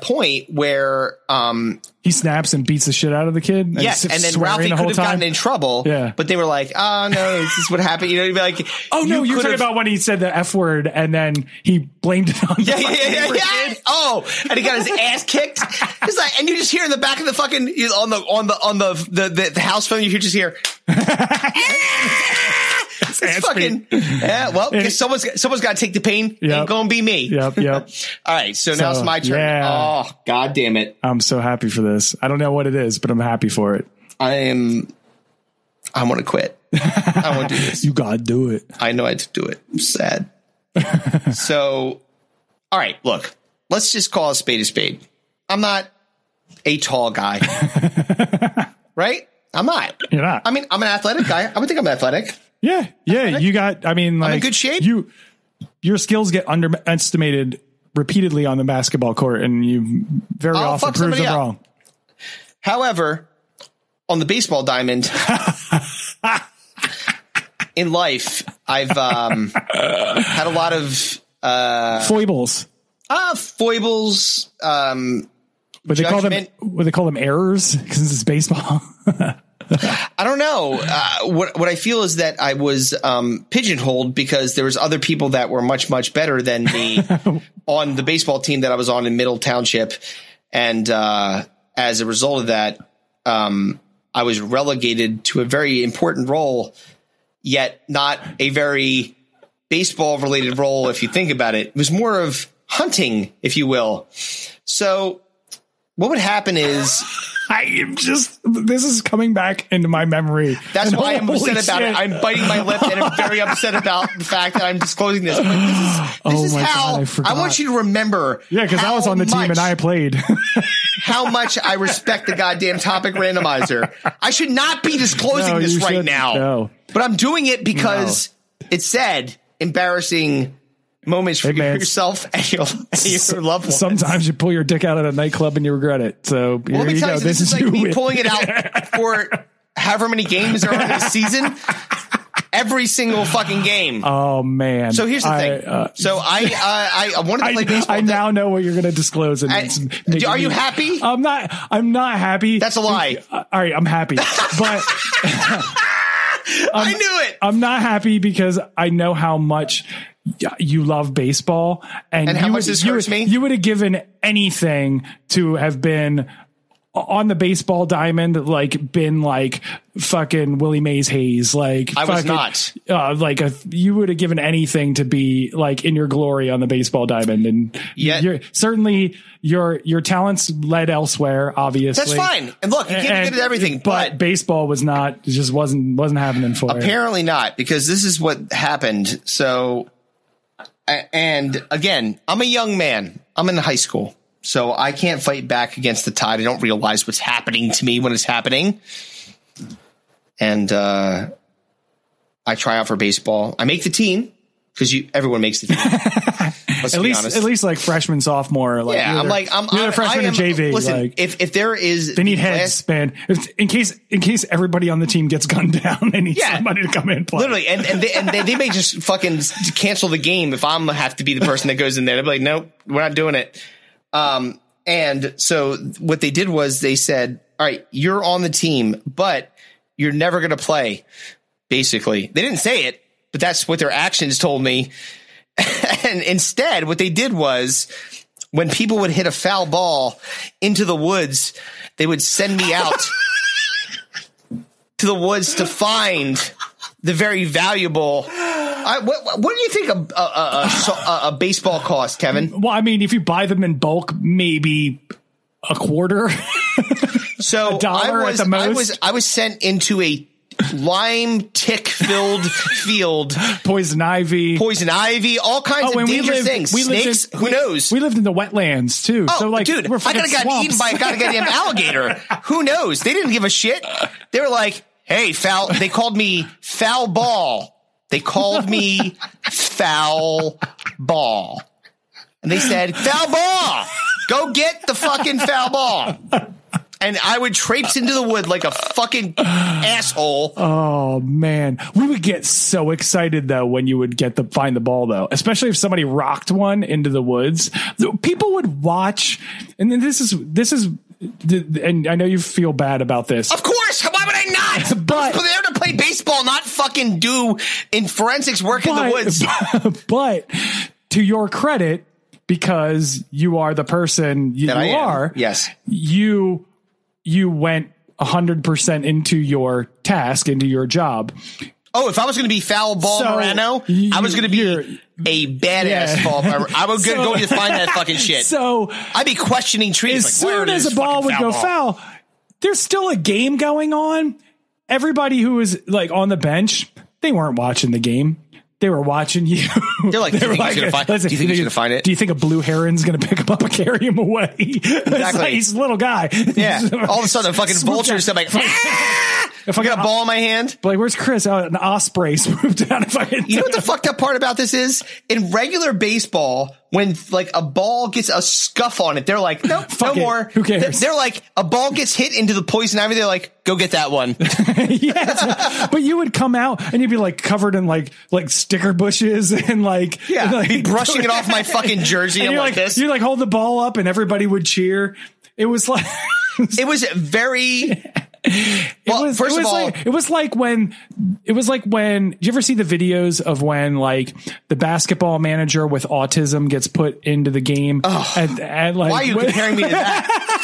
S4: point where um
S5: He snaps and beats the shit out of the kid. And
S4: yes,
S5: s-
S4: and then
S5: swearing
S4: Ralphie
S5: the
S4: could
S5: whole
S4: have
S5: time.
S4: gotten in trouble.
S5: Yeah.
S4: But they were like, oh no, this is what happened. You know, you'd be like,
S5: Oh no, you
S4: could
S5: are talking
S4: have-
S5: about when he said the F word and then he blamed it on
S4: Yeah,
S5: the
S4: yeah,
S5: fucking
S4: yeah, yeah,
S5: neighbor's
S4: yeah.
S5: kid.
S4: Oh, and he got his ass kicked. It's like, and you just hear in the back of the fucking you- on the on the on the the, the, the house phone, you just hear. it's
S5: Ass
S4: fucking. Yeah, well, guess someone's got- someone's got to take the pain.
S5: Yep.
S4: Ain't gonna be me.
S5: Yep, yep.
S4: All right, so, now
S5: So,
S4: it's my turn.
S5: yeah.
S4: Oh, god damn it!
S5: I'm so happy for this. I don't know what it is, but I'm happy for it.
S4: I am. I want to quit. I want to do this.
S5: You gotta do it.
S4: I know I had to do it. I'm sad. so, all right, look, let's just call a spade a spade. I'm not a tall guy, right? I'm not.
S5: You're not.
S4: I mean, I'm an athletic guy. I would think I'm athletic.
S5: Yeah, yeah. You got. I mean, like
S4: good shape.
S5: You, your skills get underestimated repeatedly on the basketball court, and you very
S4: I'll
S5: often
S4: fuck
S5: prove
S4: somebody
S5: them
S4: up.
S5: wrong.
S4: However, on the baseball diamond in life, I've um, had a lot of
S5: Foibles,
S4: uh, foibles. Um,
S5: but they
S4: judgment.
S5: call them. What they call them errors because it's baseball.
S4: I don't know. Uh, what what I feel is that I was um, pigeonholed because there was other people that were much much better than me on the baseball team that I was on in Middle Township, and uh, as a result of that, um, I was relegated to a very important role, yet not a very baseball related role. If you think about it, it was more of hunting, if you will. So, what would happen is.
S5: I am just. This is coming back into my memory.
S4: That's
S5: And
S4: why I'm
S5: holy
S4: upset about
S5: shit.
S4: it. I'm biting my lip and I'm very upset about the fact that I'm disclosing this. But this is, this
S5: Oh
S4: is
S5: my
S4: how
S5: God, I
S4: I,
S5: forgot.
S4: want you to remember.
S5: yeah, because I
S4: how
S5: was on the team and I
S4: much-
S5: played.
S4: how much I respect the goddamn topic randomizer. I should not be disclosing
S5: No,
S4: this
S5: you
S4: right
S5: shouldn't.
S4: now,
S5: No.
S4: but I'm doing it because it said embarrassing moments for
S5: Hey, man.
S4: yourself and your, and your loved ones.
S5: Sometimes you pull your dick out at a nightclub and you regret it. So
S4: Well,
S5: here
S4: let me
S5: you
S4: tell
S5: go.
S4: you,
S5: This, is,
S4: like
S5: you
S4: me
S5: win.
S4: pulling it out for however many games there are in a season. Every single fucking game.
S5: Oh man.
S4: So here's the
S5: I,
S4: thing.
S5: uh,
S4: so I, I I wanted to play
S5: I,
S4: baseball.
S5: I now know what you're going to disclose. And
S4: I-
S5: it's making
S4: are you
S5: me-
S4: happy?
S5: I'm not. I'm not happy.
S4: That's a lie.
S5: Uh, All right, I'm happy, but
S4: I knew it.
S5: I'm not happy because I know how much y- you love baseball, and,
S4: And
S5: you
S4: how much
S5: would,
S4: this
S5: you
S4: hurts
S5: would-
S4: me?
S5: You would have given anything to have been on the baseball diamond, like been like fucking Willie Mays Hayes, like
S4: I was
S5: fucking-
S4: not.
S5: uh, like a, you would have given anything to be like in your glory on the baseball diamond, and
S4: Yet-
S5: you're, certainly your your talents led elsewhere. Obviously,
S4: That's fine. And look, you can't be good at everything, but,
S5: baseball was not it just wasn't wasn't happening for it.
S4: apparently not because this is what happened. So, a- and again, I'm a young man. I'm in high school, so I can't fight back against the tide. I don't realize what's happening to me when it's happening, and uh, I try out for baseball. I make the team because you everyone makes the team. Let's
S5: at
S4: be
S5: least
S4: honest.
S5: at least like freshman sophomore like
S4: Yeah,
S5: you're
S4: I'm
S5: the-
S4: like I'm
S5: you're the
S4: I'm-
S5: freshman
S4: I am-
S5: in JV
S4: Listen,
S5: like
S4: if if there is
S5: they need
S4: the
S5: heads
S4: last-
S5: man If- in case in case everybody on the team gets gunned down they need
S4: Yeah.
S5: somebody to come in and play
S4: literally, and and they, and they, they may just fucking s- cancel the game if I'm have to be the person that goes in there. They'll be like, nope, we're not doing it. Um, and so what they did was they said, all right, you're on the team, but you're never going to play. Basically, they didn't say it, but that's what their actions told me. and instead, what they did was when people would hit a foul ball into the woods, they would send me out to the woods to find the very valuable. I, what, what do you think a, a, a, a, so- a, a baseball cost, Kevin?
S5: well I mean if you buy them in bulk maybe a quarter
S4: So
S5: dollar
S4: I
S5: at
S4: was,
S5: the
S4: I
S5: most?
S4: was I was sent into a lime tick filled field,
S5: Poison ivy.
S4: poison ivy, all
S5: Oh,
S4: kinds of dangerous things. Snakes,
S5: lived in-
S4: who
S5: we-
S4: knows?
S5: We lived in the wetlands too.
S4: Oh,
S5: so like,
S4: dude,
S5: we're
S4: I
S5: fucking
S4: gotta got
S5: swamps.
S4: eaten by a gotta goddamn alligator. Who knows? They didn't give a shit. They were like, "Hey, foul." They called me foul ball. They called me foul ball, and they said, "Foul ball, go get the fucking foul ball." And I would traipse into the wood like a fucking asshole.
S5: Oh man, we would get so excited though when you would get the find the ball though, especially if somebody rocked one into the woods. The- People would watch, and then this is this is, th- and I know you feel bad about this.
S4: Of course. Why would I not?
S5: But-
S4: I was there to play baseball, not fucking do in forensics work in the woods.
S5: but to your credit, because you are the person you,
S4: That I
S5: you
S4: am.
S5: are,
S4: Yes.
S5: you you went hundred percent into your task, into your job.
S4: Oh, if I was going to be foul ball
S5: So,
S4: Morano,
S5: you-
S4: I was going to
S5: you're-
S4: be a badass
S5: Yeah.
S4: foul. Morano. I was going to
S5: So-
S4: go to find that fucking shit.
S5: So
S4: I'd be questioning trees.
S5: as
S4: like, where
S5: soon
S4: did
S5: as
S4: this
S5: a ball
S4: fucking
S5: would go
S4: ball?
S5: foul, there's still a game going on. Everybody who was like on the bench, they weren't watching the game. They were watching you.
S4: They're like, do you think he's going to find?
S5: listen,
S4: do you think he's going to find it?
S5: Do you think a blue heron's going to pick him up and carry him away? Exactly. he's a little guy.
S4: yeah. All of a sudden, a fucking vulture
S5: Swooped down.
S4: is like, ah!
S5: If
S4: I
S5: I
S4: got a
S5: got-
S4: ball in my hand.
S5: Like, where's Chris? Oh, an osprey swooped down. If I hit
S4: You know what the fucked up part about this is? In regular baseball, when like a ball gets a scuff on it, they're like, nope, no
S5: Fuck it.
S4: more.
S5: Who cares?
S4: They're like, a ball gets hit into the poison ivy. They're like, go get that one.
S5: yeah, but you would come out and you'd be like covered in like like sticker bushes and like
S4: Yeah,
S5: and, like,
S4: be brushing it off my fucking jersey.
S5: And
S4: I'm
S5: you're
S4: like
S5: like,
S4: this.
S5: You like hold the ball up and everybody would cheer. It was like it
S4: It was very. Well,
S5: was,
S4: first
S5: it
S4: of
S5: was
S4: all,
S5: like, it was like when it was like when do you ever see the videos of when like the basketball manager with autism gets put into the game and, and like
S4: why are you
S5: when-
S4: comparing me to that?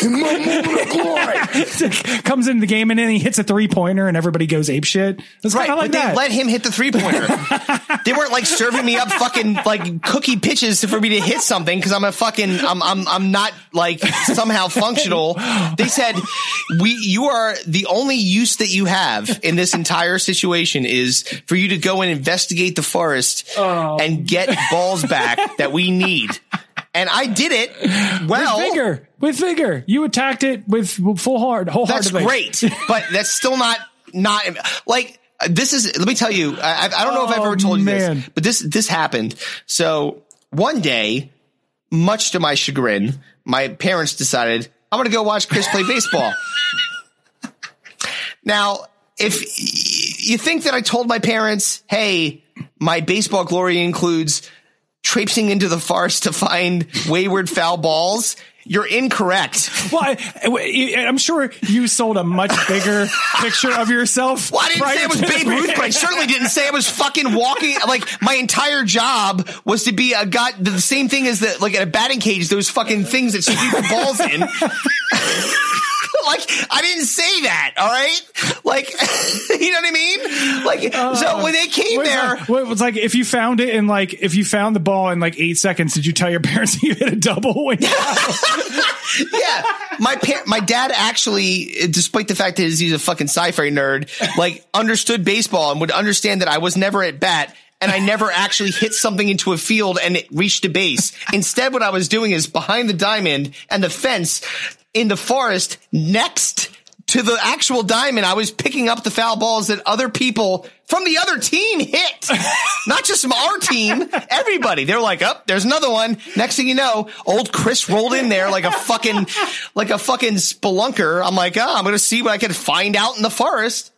S5: comes into the game and then he hits a three pointer and everybody goes ape shit. It's
S4: right,
S5: kind of
S4: but
S5: like
S4: they
S5: that.
S4: let him hit the three pointer. they weren't like serving me up fucking like cookie pitches for me to hit something because I'm a fucking I'm I'm I'm not like somehow functional. They said we you are the only use that you have in this entire situation is for you to go and investigate the forest
S5: Oh.
S4: and get balls back that we need. And I did it well.
S5: with vigor, with vigor, you attacked it with full hard,
S4: That's
S5: wholeheartedly.
S4: great, but that's still not not like uh, this is. Let me tell you, I, I- I don't know if I've
S5: Oh,
S4: ever told you this,
S5: man.
S4: but this this happened. So one day, much to my chagrin, my parents decided I'm going to go watch Chris play baseball. Now, if y- you think that I told my parents, "Hey, my baseball glory includes traipsing into the forest to find wayward foul balls," you're incorrect.
S5: Well, I, I- I'm sure you sold a much bigger picture of yourself.
S4: Well, I didn't
S5: prior
S4: say it was
S5: to
S4: Babe
S5: this.
S4: Ruth, but I certainly didn't say it was fucking walking. Like my entire job was to be a guy. The same thing as the like at a batting cage, those fucking things that shoot the balls in. like I didn't say that. All right, like you know what I mean. Like
S5: Uh,
S4: so when they came
S5: Wait,
S4: there.
S5: like- What was like if you found it in like if you found the ball in like eight seconds? Did you tell your parents you hit a double? When
S4: yeah, my par- my dad actually, uh, despite the fact that he's he's a fucking sci-fi nerd, like understood baseball and would understand that I was never at bat and I never actually hit something into a field and it reached a base. Instead, what I was doing is behind the diamond and the fence in the forest next to the actual diamond. I was picking up the foul balls that other people from the other team hit, not just from our team. Everybody, they're like, "Up, there's another one." Next thing you know, old Chris rolled in there like a fucking, like a fucking spelunker. I'm like, "Oh, I'm gonna see what I can find out in the forest."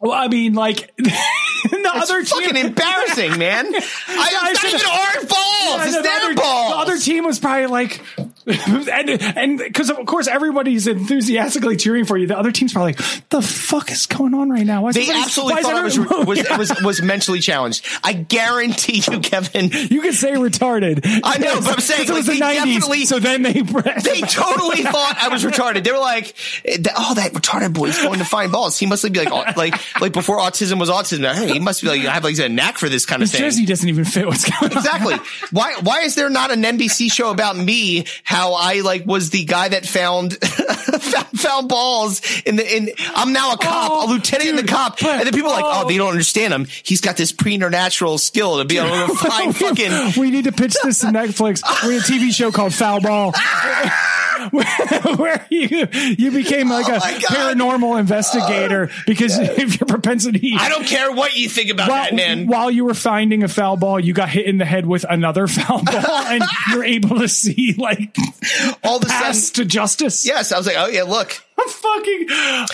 S5: well, I mean, like the other
S4: It's fucking
S5: team.
S4: embarrassing, man. I,
S5: I
S4: it's not
S5: should've-
S4: even our
S5: I
S4: balls.
S5: know
S4: It's
S5: the
S4: their
S5: other,
S4: balls.
S5: the other team was probably like, and and because of course everybody's enthusiastically cheering for you. The other team's probably like, the fuck is going on right now? Why is
S4: they
S5: everybody- why
S4: absolutely
S5: is
S4: thought I was,
S5: everybody-
S4: was, was, was mentally challenged. I guarantee you, Kevin,
S5: You could say retarded.
S4: I know, but I'm saying,
S5: Because it was
S4: like,
S5: the
S4: they definitely-
S5: nineties. So then they
S4: they totally thought I was retarded. They were like, "Oh, that retarded boy's going to find balls. He must be like, au- like, like before autism was autism. Hey, he must be like, I have like a knack for this kind of
S5: his
S4: thing."
S5: jersey doesn't even fit what's going on.
S4: Exactly. Why? Why is there not an NBC show about me? How I like was the guy that found found, found balls in the in. I'm now a cop, a
S5: Oh,
S4: lieutenant in the
S5: dude,
S4: cop,
S5: but-
S4: and then people are like, oh,
S5: oh.
S4: they don't understand him. He's got this preternatural skill to be able to find fucking
S5: we need to pitch this to Netflix. We had a TV show called Foul Ball. where, where you you became like
S4: Oh
S5: a
S4: my God.
S5: paranormal investigator because of your propensity.
S4: I don't care what you think about
S5: While,
S4: that man.
S5: while you were finding a foul ball, you got hit in the head with another foul ball, and you're able to see like
S4: All of a
S5: pass
S4: sudden,
S5: to justice.
S4: yes, I was like, oh yeah, look,
S5: I'm fucking.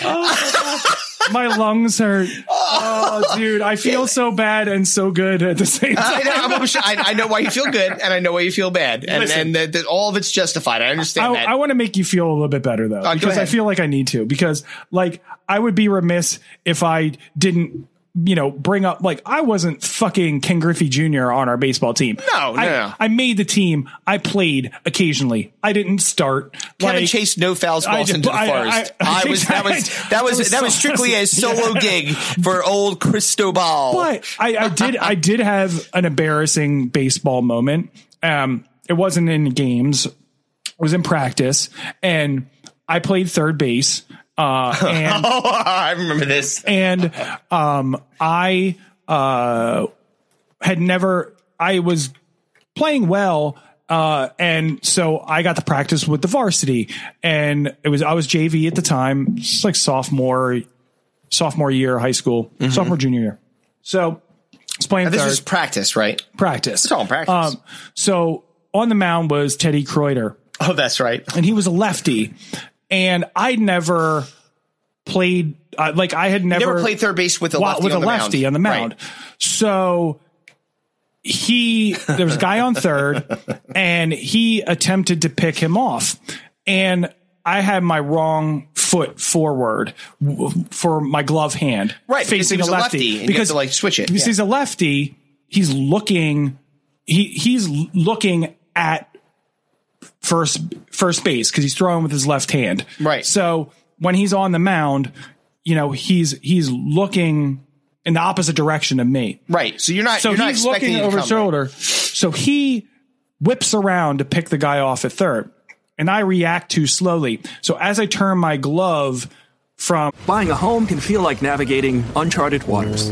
S5: Oh, my lungs hurt. Oh, dude, I feel so bad and so good at the same
S4: I
S5: time.
S4: know, I'm- I'm sure- I- I know why you feel good, and I know why you feel bad, and
S5: Listen.
S4: and that- that all of it's justified. I understand
S5: I,
S4: that. Oh,
S5: I want to make you feel a little bit better though,
S4: go
S5: because I
S4: ahead.
S5: feel like I need to. Because like I would be remiss if I didn't, you know, bring up like I wasn't fucking Ken Griffey Jr. on our baseball team.
S4: No, no,
S5: I,
S4: no.
S5: I made the team. I played occasionally. I didn't start.
S4: Kevin
S5: Like,
S4: chased no fouls
S5: I
S4: balls
S5: did-
S4: into the
S5: I-
S4: forest.
S5: I-
S4: I,
S5: I-
S4: was that was that
S5: I
S4: was
S5: was
S4: that was
S5: so-
S4: strictly a solo gig for old Cristobal.
S5: But I, I did I did have an embarrassing baseball moment. Um, it wasn't in games. It was in practice, and I played third base. Uh, and
S4: Oh, I remember this.
S5: and um, I uh, had never. I was playing well, uh, and so I got to practice with the varsity, and it was I was JV at the time, just like sophomore, sophomore year of high school, sophomore junior year. So I was playing
S4: Mm-hmm. This
S5: third
S4: was practice, right? Um,
S5: practice. It's
S4: all practice.
S5: so on the mound was Teddy Kreuter
S4: Oh, that's right.
S5: and he was a lefty. And I never played uh, like I had never,
S4: Never played third base with a
S5: wa-
S4: lefty
S5: with
S4: on
S5: a
S4: the mound.
S5: lefty on the mound.
S4: Right.
S5: So he there was a guy on third, and he attempted to pick him off, and I had my wrong foot forward w- for my glove hand
S4: Right, because he was a lefty, and you have to, like, switch it.
S5: because
S4: Yeah.
S5: he's a lefty. He's looking. He he's l- looking at first first base because he's throwing with his left hand.
S4: Right.
S5: So when he's on the mound, you know he's he's looking in the opposite direction of me.
S4: Right. So you're not.
S5: So
S4: you're not
S5: he's
S4: expecting
S5: looking
S4: it to
S5: over
S4: come,
S5: his shoulder. So he whips around to pick the guy off at third, and I react too slowly. So as I turn my glove from
S1: Buying a home can feel like navigating uncharted waters.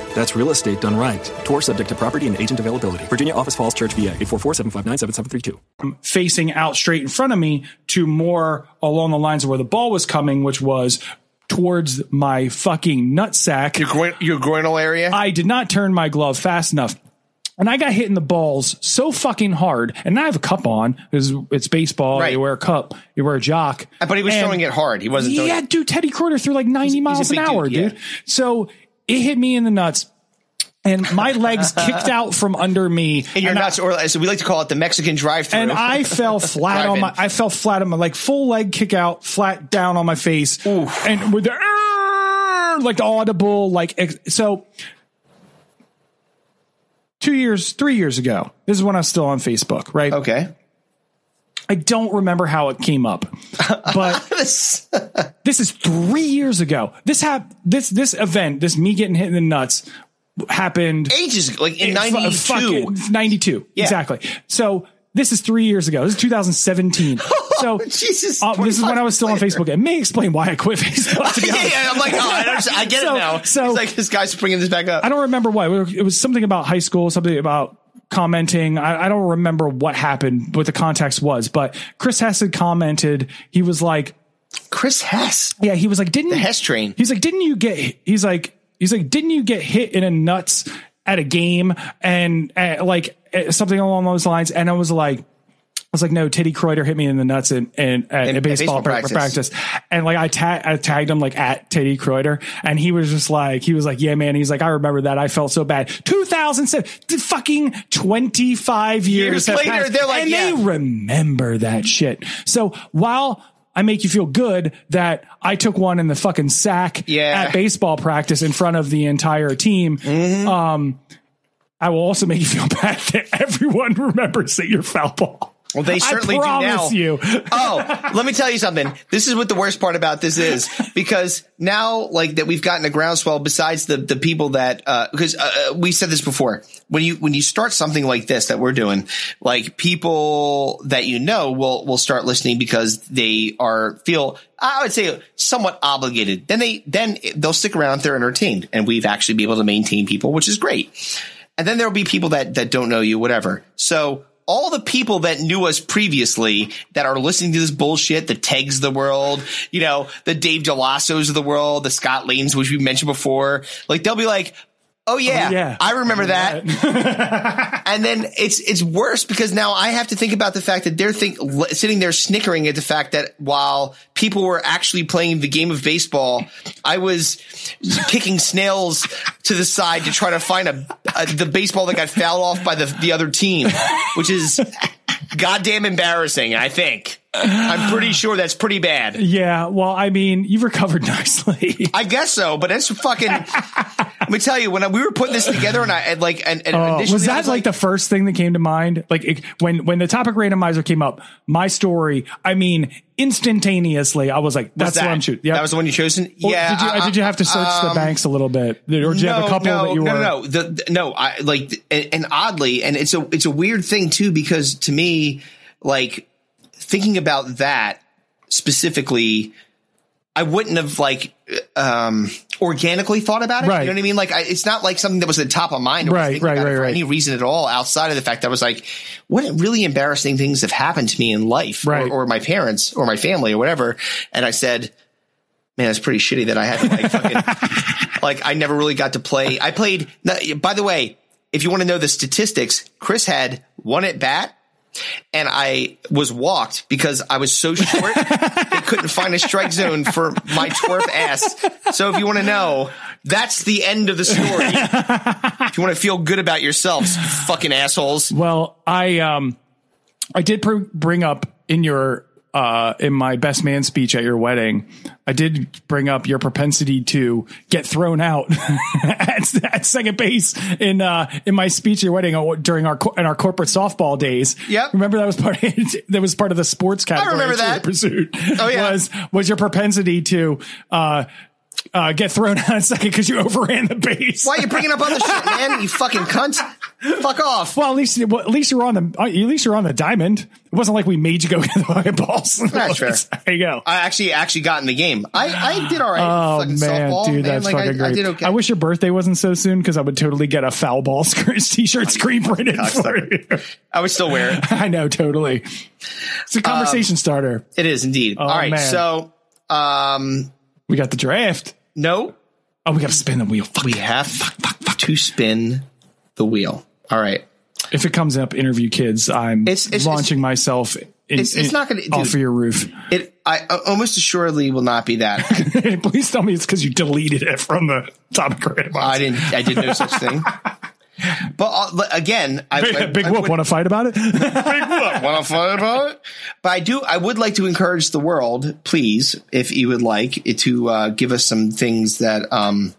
S1: That's real estate done right. Tour subject to property and agent availability. Virginia Office Falls Church, VA 844 759 7732.
S5: facing out straight in front of me to more along the lines of where the ball was coming, which was towards my fucking nutsack.
S4: Your groin, your groinal area.
S5: I did not turn my glove fast enough. And I got hit in the balls so fucking hard. And I have a cup on because it's baseball.
S4: Right. Uh,
S5: You wear a cup, you wear a jock.
S4: But he was
S5: And-
S4: throwing it hard. He wasn't throwing
S5: Yeah,
S4: it-
S5: dude, Teddy Corder threw like 90
S4: he's a
S5: miles an
S4: big
S5: hour,
S4: dude, yeah.
S5: dude. So it hit me in the nuts. And my legs kicked out from under me.
S4: and you're
S5: and I-
S4: nuts, or as we like to call it, the Mexican drive-through.
S5: and I fell flat on
S4: Driving.
S5: my I fell flat on my like full leg kick out, flat down on my face, and with the "Arr!" like the audible like ex- so. Two years, three years ago, this is when I was still on Facebook, right?
S4: okay.
S5: I don't remember how it came up, but this is three years ago. This hap- this this event, this me getting hit in the nuts, happened
S4: Ages like in
S5: Eh, Fu-
S4: '92.
S5: fucking 92. Exactly. So this is three years ago. This is 2017. So
S4: Oh, Jesus,
S5: uh, this is when I was still on
S4: 25
S5: Facebook. It may explain why I quit Facebook. to be
S4: yeah,
S5: honest.
S4: yeah, I'm like, oh, I, understand. I get
S5: So-
S4: it now.
S5: so-
S4: it's like this guy's bringing this back up.
S5: I don't remember why. It was something about high school, something about commenting. I, I don't remember what happened, what the context was, but Chris Hess had commented. He was like,
S4: Chris Hess,
S5: yeah, he was like, didn't
S4: the Hess train.
S5: He's like, didn't you get? He's like, he's like, didn't you get hit in a nuts at a game and uh, like uh, something along those lines? And I was like, I was like, no, Teddy Kreuter hit me in the nuts and and at
S4: In-
S5: a baseball,
S4: baseball
S5: pra-
S4: practice.
S5: practice. and like I, ta- I tagged him like at Teddy Kreuter, and he was just like, he was like, yeah, man. He's like, I remember that. I felt so bad. Two thousand seven, fucking twenty five years,
S4: Years
S5: have
S4: later,
S5: passed,
S4: they're like,
S5: and
S4: yeah.
S5: they remember that shit. So while I make you feel good that I took one in the fucking sack
S4: Yeah. Mm-hmm.
S5: at baseball practice in front of the entire team, um, I will also make you feel bad that everyone remembers that you're foul ball.
S4: Well, they certainly
S5: I promise
S4: do now.
S5: you.
S4: oh, let me tell you something. This is what the worst part about this is because now, like that, we've gotten a groundswell. Besides the the people that because uh, uh, we said this before, when you when you start something like this that we're doing, like people that you know will will start listening because they are feel I would say somewhat obligated. Then they then they'll stick around. if They're entertained, and we've actually been able to maintain people, which is great. And then there'll be people that that don't know you, whatever. So all the people that knew us previously that are listening to this bullshit, the Tegs of the world, you know, the Dave Gelassos of the world, the Scott Lanes, which we mentioned before, like they'll be like, Oh yeah,
S5: yeah.
S4: I remember that. and then it's it's worse because now I have to think about the fact that they're think, li- sitting there snickering at the fact that while people were actually playing the game of baseball, I was kicking snails to the side to try to find a, a the baseball that got fouled off by the the other team, which is goddamn embarrassing. I think I'm pretty sure that's pretty bad.
S5: Yeah, well, I mean, you've recovered nicely.
S4: I guess so, but it's fucking. let me tell you, when I, we were putting this together, and I and like and, and
S5: Oh,
S4: initially
S5: was
S4: I
S5: that like, the first thing that came to mind? Like it, when when the topic randomizer came up, my story. I mean, instantaneously, I was like, "That's
S4: that,
S5: what I'm shooting." Yep.
S4: That was the one you chosen.
S5: Or
S4: yeah.
S5: Did you, uh,
S4: I-
S5: did you have to search the
S4: um,
S5: banks a little bit, or did you have a couple
S4: no,
S5: that you
S4: no,
S5: were?
S4: No, the, the- no, I like, and, and oddly, and it's a it's a weird thing too because to me, like thinking about that specifically, I wouldn't have like um organically thought about it.
S5: Right.
S4: You know what I mean? Like, I, it's not like something that was at the top of mind. or was
S5: Right,
S4: thinking
S5: right,
S4: about it
S5: right,
S4: for
S5: right.
S4: Any reason at all outside of the fact that I was like, what really embarrassing things have happened to me in life,
S5: Right.
S4: or, or my parents, or my family, or whatever. And I said man, it's pretty shitty that I had to like fucking like I never really got to play. I played. no, By the way, if you want to know the statistics, Chris had one at bat, and I was walked because I was so short they couldn't find a strike zone for my twerp ass. So if you want to know, that's the end of the story. if you want to feel good about yourselves, you fucking assholes.
S5: Well, I um, I did pr- bring up in your uh in my best man speech at your wedding, I did bring up your propensity to get thrown out at, at second base in uh in my speech at your wedding uh, during our co- in our corporate softball days.
S4: Yep.
S5: remember that was part of, that was part of the sports category.
S4: remember
S5: of Trivial
S4: that.
S5: pursuit.
S4: Oh, yeah.
S5: was was your propensity to uh. Uh, get thrown out at second because you overran the base.
S4: Why are you bringing up other shit, man? You fucking cunt. Fuck off.
S5: Well, at least well, at least you're on the uh, at least you're on the diamond. It wasn't like we made you go get the fucking balls.
S4: That's fair.
S5: There you go.
S4: I actually actually got in the game. I, I did all right.
S5: oh
S4: fucking
S5: man,
S4: softball,
S5: dude, that's
S4: like,
S5: fucking
S4: I,
S5: great.
S4: I did okay.
S5: I wish your birthday wasn't so soon because I would totally get a foul ball screen t-shirt screen printed for you.
S4: I would still wear it.
S5: I know, totally. It's a
S4: Um,
S5: conversation starter.
S4: It is indeed. all right,
S5: Oh, man.
S4: so um,
S5: We got the draft.
S4: no,
S5: Oh, we got to spin the wheel. Fuck.
S4: we have to spin the wheel. All right,
S5: If it comes up, interview kids. I'm
S4: It's- it's-
S5: launching myself. In,
S4: it's- it's
S5: in-
S4: not gonna-
S5: off
S4: dude.
S5: of your roof.
S4: it I I almost assuredly will not be that.
S5: Please tell me it's because you deleted it from the topic.
S4: I didn't. I did no such thing. But uh, again, I, I-
S5: Big, big
S4: I
S5: whoop.
S4: would-
S5: Want to fight about it?
S4: want to fight about it? But I do. I would like to encourage the world, please, if you would like it to uh, give us some things that um,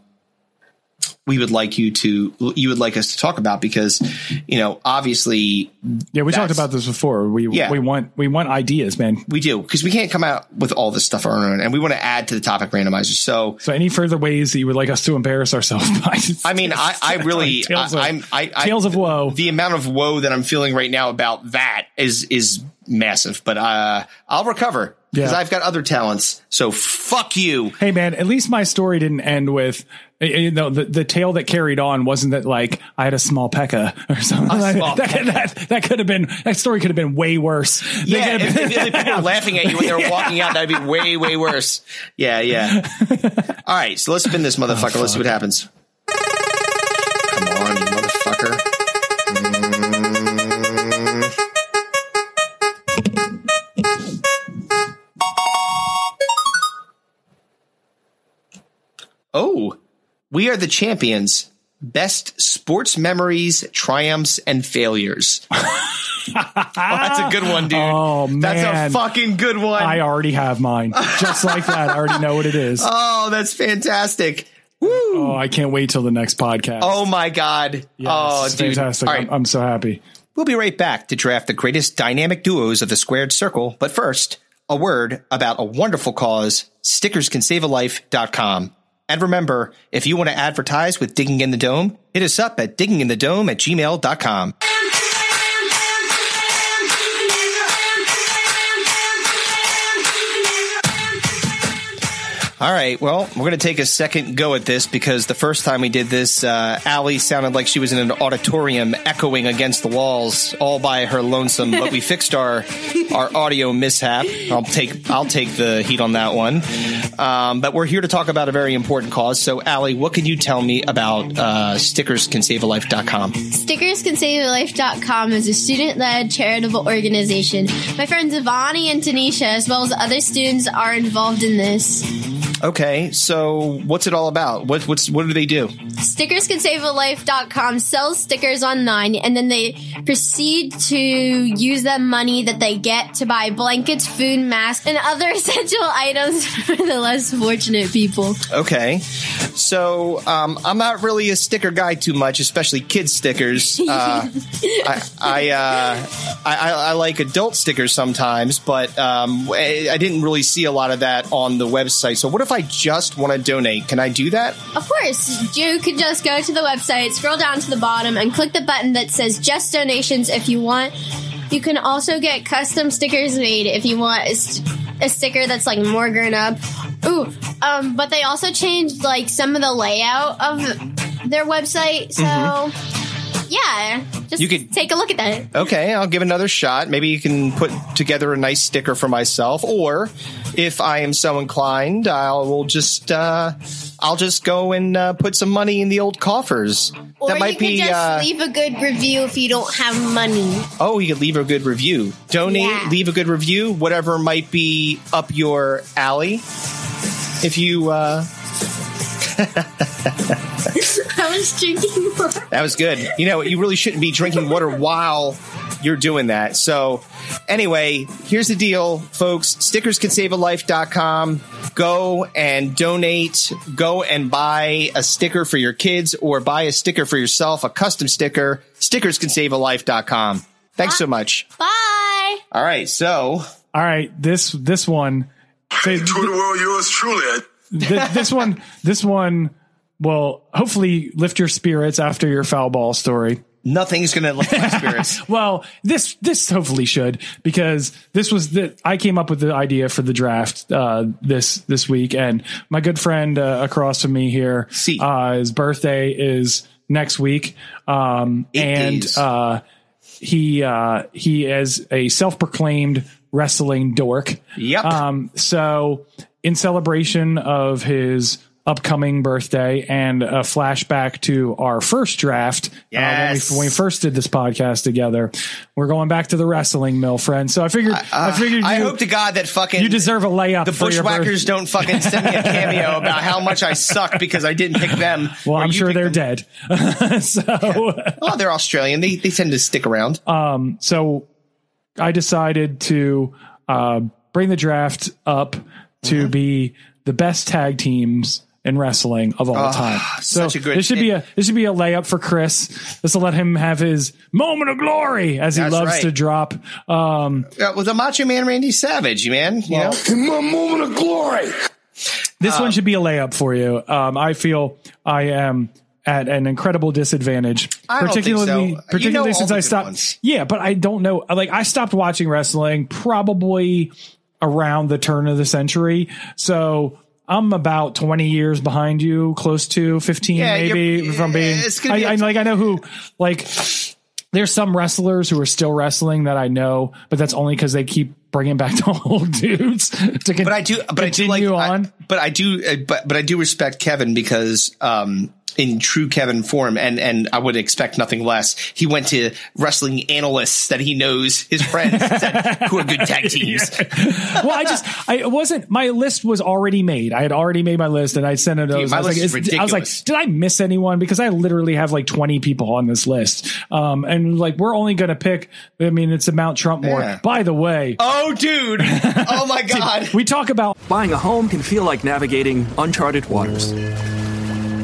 S4: we would like you to you would like us to talk about because you know obviously
S5: Yeah, we talked
S4: That's-
S5: about this before. We
S4: Yeah.
S5: we want we want ideas, man.
S4: we do because we can't come out with all this stuff on our own and we want to add to the topic randomizer. So
S5: So any further ways that you would like us to embarrass ourselves by?
S4: I mean, I, I really, I,
S5: Tales of-
S4: I'm, I, I,
S5: tales of woe.
S4: The amount of woe that I'm feeling right now about that is is massive, but uh, I'll recover because
S5: Yeah.
S4: I've got other talents. So fuck you.
S5: hey, man, at least my story didn't end with eh, eh, you know the, the tale that carried on wasn't that like I had a small pecca or something. like
S4: small E
S5: that, that, that, that could have been that story could have been way worse. They
S4: Yeah,
S5: could have
S4: if,
S5: been-
S4: if, if people were laughing at you when they were walking out, that'd be way, way worse. Yeah, yeah. All right, so let's spin this motherfucker. let's see what happens. Come on, you motherfucker. Mm. Oh, we are the champions. Best sports memories, triumphs, and failures. Oh, that's a good one, dude.
S5: Oh, man.
S4: That's a fucking good one.
S5: I already have mine, just like that. I already know what it is.
S4: Oh, that's Oh, fantastic.
S5: Oh, I can't wait till the next podcast.
S4: Oh my God.
S5: Yes,
S4: oh,
S5: it's
S4: dude.
S5: fantastic!
S4: All right.
S5: I'm, I'm so happy.
S4: We'll be right back to draft the greatest dynamic duos of the squared circle. But first, a word about a wonderful cause, stickerscansavealife.com. And remember, if you want to advertise with Digging in the Dome, hit us up at digginginthedome at gmail.com. All right. Well, we're going to take a second go at this because the first time we did this, uh, Allie sounded like she was in an auditorium echoing against the walls all by her lonesome. but we fixed our our audio mishap. I'll take I'll take the heat on that one. Um, but we're here to talk about a very important cause. So, Allie, what can you tell me about uh, stickerscansavealife.com?
S7: StickersCanSaveYourLife.com is a student led charitable organization. My friends Ivani and Tanisha, as well as other students, are involved in this.
S4: Okay. So, what's it all about? What what's what do they do?
S7: StickersCanSaveYourLife.com sells stickers online and then they proceed to use the money that they get to buy blankets, food, masks, and other essential items for the less fortunate people.
S4: Okay. So um, I'm not really a sticker guy too much, especially kids stickers. Uh, I I, uh, I I I like adult stickers sometimes, but um, I, I didn't really see a lot of that on the website. So what if I just want to donate? Can I do that?
S7: Of course, you could just go to the website, scroll down to the bottom, and click the button that says just donations if you want. You can also get custom stickers made if you want a, st- a sticker that's like more grown up. Ooh, um, but they also changed like some of the layout of their website, so yeah, just
S4: Mm-hmm. You could-
S7: take a look at that.
S4: Okay, I'll give it another shot. Maybe you can put together a nice sticker for myself, or if I am so inclined, I will just uh, I'll just go and uh, put some money in the old coffers.
S7: Or
S4: that might
S7: you
S4: be
S7: can just
S4: uh,
S7: leave a good review if you don't have money.
S4: Oh, you could leave a good review. Donate,
S7: Yeah.
S4: leave a good review, whatever might be up your alley. If you, uh,
S7: I was drinking water.
S4: that was good. You know, you really shouldn't be drinking water while you're doing that. So, anyway, here's the deal, folks. StickersCanSaveALife.com. Go and donate. Go and buy a sticker for your kids or buy a sticker for yourself, a custom sticker. StickersCanSaveALife.com. Thanks so much.
S7: Bye.
S4: All right. So,
S5: All right, this this one, say-
S2: To the world, yours truly.
S5: th- this one, this one will hopefully lift your spirits after your foul ball story.
S4: nothing's going to lift my spirits.
S5: Well, this this hopefully should because this was the I came up with the idea for the draft uh, this this week, and my good friend uh, across from me here,
S4: C.
S5: uh, his birthday is next week, um, and
S4: days.
S5: uh, he uh, he is a self proclaimed wrestling dork.
S4: Yep.
S5: Um, so, in celebration of his upcoming birthday and a flashback to our first draft uh, when,
S4: Yes.
S5: we, when we first did this podcast together, we're going back to the wrestling mill, friend. So I figured, I figured, you,
S4: I hope to God that fucking
S5: you deserve a layup.
S4: the
S5: for your
S4: bushwhackers
S5: birth-
S4: don't fucking send me a cameo about how much I suck because I didn't pick them.
S5: Well,
S4: Or
S5: I'm
S4: you
S5: sure
S4: picked
S5: they're
S4: them.
S5: dead. so,
S4: Oh, they're Australian. They they tend to stick around.
S5: Uh, so I decided to uh, bring the draft up
S4: Mm-hmm.
S5: to be the best tag teams in wrestling of all time. So
S4: Ah, such a good
S5: this should be a this should be a layup for Chris. This will let him have his moment of glory as he
S4: That's
S5: loves
S4: right.
S5: to drop. Um,
S4: Uh, with a Macho Man Randy Savage, man. You know?
S2: In my moment of glory.
S5: this
S4: Um,
S5: one should be a layup for you. Um, I feel I am at an incredible disadvantage,
S4: I don't think so. You know
S5: particularly
S4: all
S5: since
S4: the
S5: I
S4: good
S5: stopped.
S4: ones.
S5: Yeah, but I don't know. Like I stopped watching wrestling probably around the turn of the century, so. I'm about 20 years behind you, close to 15,
S4: Yeah,
S5: maybe.
S4: you're-
S5: If I'm being,
S4: it's gonna
S5: I,
S4: be a-
S5: I- like, I know who, like, there's some wrestlers who are still wrestling that I know, but that's only because they keep bringing back the old dudes. To con-
S4: But I do. But I do like.
S5: continue
S4: I-
S5: on.
S4: but I do. uh, But but I do respect Kevin because. um in true Kevin form, and and I would expect nothing less. He went to wrestling analysts that he knows, his friends, that, who are good tag teams.
S5: well, I just I wasn't my list was already made. I had already made my list and I sent it over.
S4: my
S5: I, was
S4: list
S5: like,
S4: is
S5: it's- I was like,
S4: ridiculous.
S5: did I miss anyone? Because I literally have like 20 people on this list. Um, and like we're only gonna pick I mean it's a Mount Trump more.
S4: Yeah.
S5: By the way,
S4: Oh, dude! Oh my God!
S5: we talk about
S1: Buying a home can feel like navigating uncharted waters.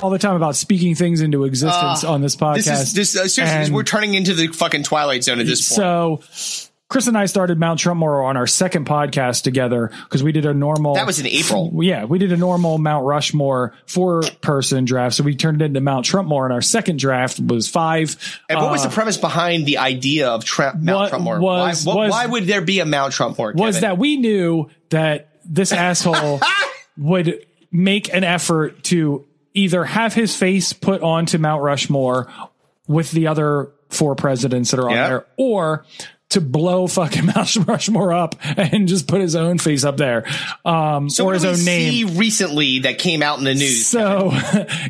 S5: all the time about speaking things into existence uh, on this podcast.
S4: Ah, This is, this, uh, seriously, and we're turning into the fucking Twilight Zone at this
S5: point. So, Chris and I started Mount Trumore on our second podcast together because we did a normal.
S4: That was in April.
S5: Yeah, we did a normal Mount Rushmore four person draft. So we turned it into Mount Trumpmore, and our second draft was five.
S4: And what uh, was the premise behind the idea of Tra- Mount Trumpmore? Was, why, what, was, why would there be a Mount Trumpmore?
S5: Was
S4: Kevin?
S5: that we knew that this asshole would make an effort to either have his face put onto Mount Rushmore with the other four presidents that are on yep. there, or to blow fucking Mount Rushmore up and just put his own face up there, um,
S4: so
S5: or his own name.
S4: recently, that came out in the news.
S5: So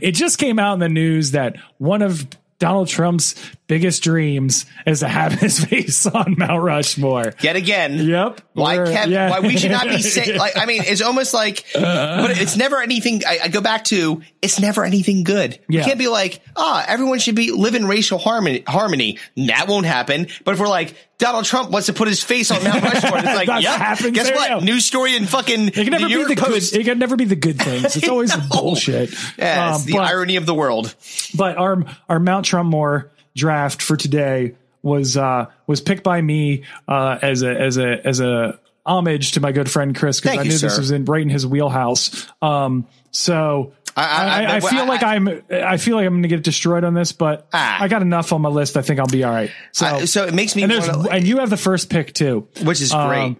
S5: it just came out in the news that one of Donald Trump's biggest dreams is to have his face on Mount Rushmore.
S4: Yet again.
S5: Yep.
S4: Why kept, yeah. why we should not be saying, like, I mean, it's almost like, uh, but it's never anything. I, I, go back to, it's never anything good. Yeah. You can't be like, ah, oh, everyone should be live in racial harmony, harmony. That won't happen. But if we're like, Donald Trump wants to put his face on Mount Rushmore. It's like, yep. Guess what? Now. News story and fucking. It
S5: can never be the Post. good. It can never be the good things. It's always bullshit.
S4: Yeah, um, the but, irony of the world.
S5: But our our Mount Trumpmore draft for today was uh, was picked by me uh, as a as a as a homage to my good friend Chris because I knew you, this was in right in his wheelhouse. Um, so I, I, I, I, feel like I'm I feel like I'm going to get destroyed on this, but ah, I got enough on my list. I think I'll be all right. So,
S4: uh, so it makes me
S5: and, wanna, and, you have the first pick too,
S4: which is great. Um,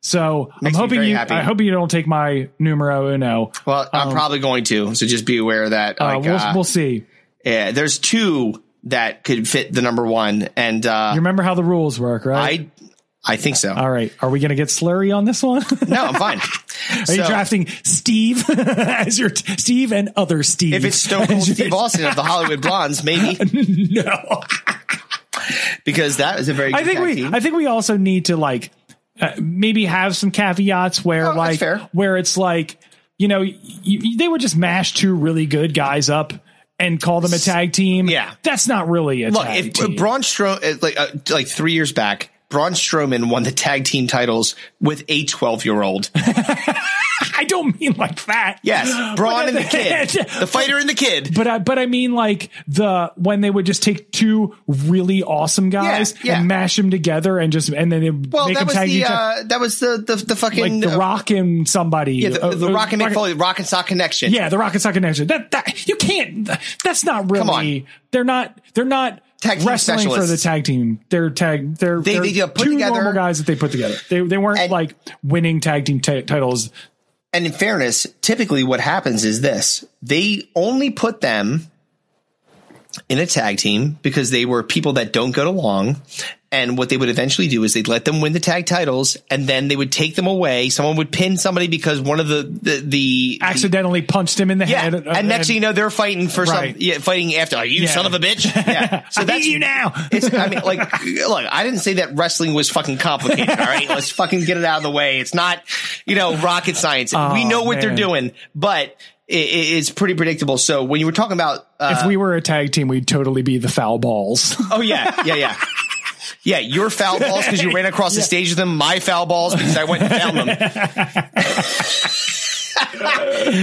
S5: so makes I'm hoping you. Happy. Oh I hope you don't take my numero uno.
S4: Well, I'm um, probably going to. So just be aware of that.
S5: Like, uh, we'll, uh, we'll, see.
S4: Yeah, there's two that could fit the number one, and uh,
S5: you remember how the rules work, right?
S4: I I think so.
S5: All right. Are we going to get slurry on this one?
S4: no, I'm fine.
S5: Are so, you drafting Steve as your t- Steve and other Steve?
S4: If it's Stone Cold Steve Austin of the Hollywood Blondes, maybe.
S5: no.
S4: because that is a very
S5: I think we team. I think we also need to like uh, maybe have some caveats where oh, like where it's like you know y- y- they would just mash two really good guys up and call them a tag team.
S4: Yeah.
S5: That's not really a Look, tag if, team.
S4: Uh, Braun Strowman like uh, like 3 years back Braun Strowman won the tag team titles with a 12 year old.
S5: I don't mean like that.
S4: Yes, Braun and the kid, the fighter and the kid.
S5: But I, but I mean like the when they would just take two really awesome guys yeah, yeah. and mash them together and just and then they
S4: well that was the uh, that was the the, the fucking uh,
S5: like the Rock and somebody
S4: yeah the, uh, the Rock and uh, Mick Foley Rock and Sock connection
S5: yeah the Rock and Sock connection that that you can't that's not really Come on. they're not they're not wrestling specialists. for the tag team. They're tag. They're
S4: they,
S5: they're
S4: they put two together,
S5: normal guys that they put together. They they weren't and, like winning tag team t- titles.
S4: And in fairness, typically what happens is this: they only put them in a tag team because they were people that don't get along. And what they would eventually do is they'd let them win the tag titles and then they would take them away. Someone would pin somebody because one of the, the, the
S5: accidentally the, punched him in the
S4: yeah,
S5: head. uh,
S4: And, uh, and next thing you know, they're fighting for right. some, yeah, fighting after, oh, you yeah. son of a bitch. Yeah.
S5: So that's you now.
S4: it's, I mean, like, look, I didn't say that wrestling was fucking complicated. all right. Let's fucking get it out of the way. It's not, you know, rocket science. Oh, we know what man. they're doing, but it's pretty predictable. So when you were talking about,
S5: uh, if we were a tag team, we'd totally be the foul balls.
S4: oh yeah, yeah, yeah. Yeah, your foul balls because you ran across yeah. the stage with them. My foul balls because I went and found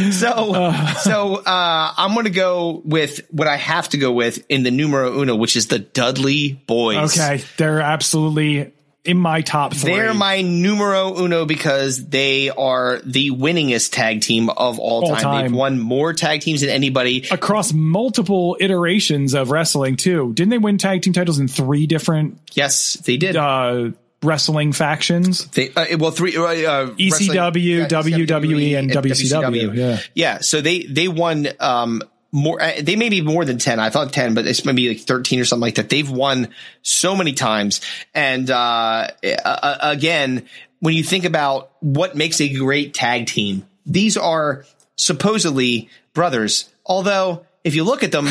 S4: them. so, uh, so uh, I'm going to go with what I have to go with in the numero uno, which is the Dudley Boys.
S5: Okay, they're absolutely in my top three.
S4: They're my numero uno because they are the winningest tag team of all,
S5: All
S4: time.
S5: time.
S4: They've won more tag teams than anybody.
S5: across multiple iterations of wrestling too. Didn't they win tag team titles in three different
S4: Yes, they did.
S5: uh, wrestling factions?
S4: They uh, well three uh, uh,
S5: ECW,
S4: wrestling- E
S5: WWE, and WCW. Yeah.
S4: Yeah, so they they won um more uh, they may be more than 10. I thought 10, but it's maybe like 13 or something like that. They've won so many times and uh, uh again, when you think about what makes a great tag team, these are supposedly brothers. Although if you look at them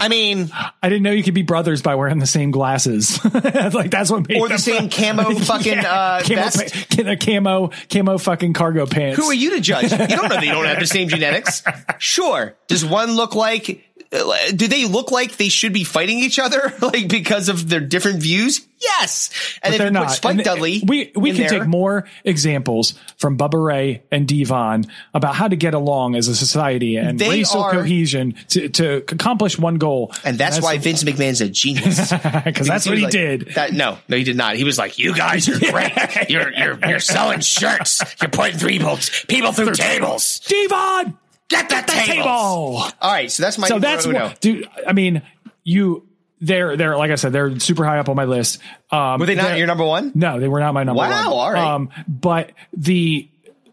S4: I mean,
S5: I didn't know you could be brothers by wearing the same glasses. like that's what made
S4: Or the
S5: them-
S4: same camo fucking, uh,
S5: camo,
S4: vest.
S5: pa- ca- camo camo fucking cargo pants.
S4: Who are you to judge? You don't know they don't have the same genetics. Sure. Does one look like? uh, Do they look like they should be fighting each other, like because of their different views? Yes. And
S5: But
S4: if
S5: they're
S4: you
S5: not.
S4: put Spike
S5: And
S4: Dudley,
S5: We we
S4: in
S5: can
S4: there-
S5: take more examples from Bubba Ray and Devon about how to get along as a society and
S4: They
S5: racial
S4: are-
S5: cohesion to, to accomplish one goal.
S4: and that's, why Vince McMahon's a genius.
S5: because that's
S4: He was
S5: what he
S4: like,
S5: did.
S4: That no, no, he did not. He was like,
S6: You
S4: you guys.
S6: guys are great. You're you're you're selling shirts. You're putting three bolts, people through tables.
S5: Devon,
S6: Get the, tables.
S5: table.
S4: All right, so that's my.
S5: so
S4: numero
S5: that's
S4: uno.
S5: what, dude. I mean, you they're they're like I said, they're super high up on my list. Um,
S4: Were they not
S5: they're-
S4: your number one?
S5: No, they were not my number one.
S4: Wow, all right.
S5: Um, but the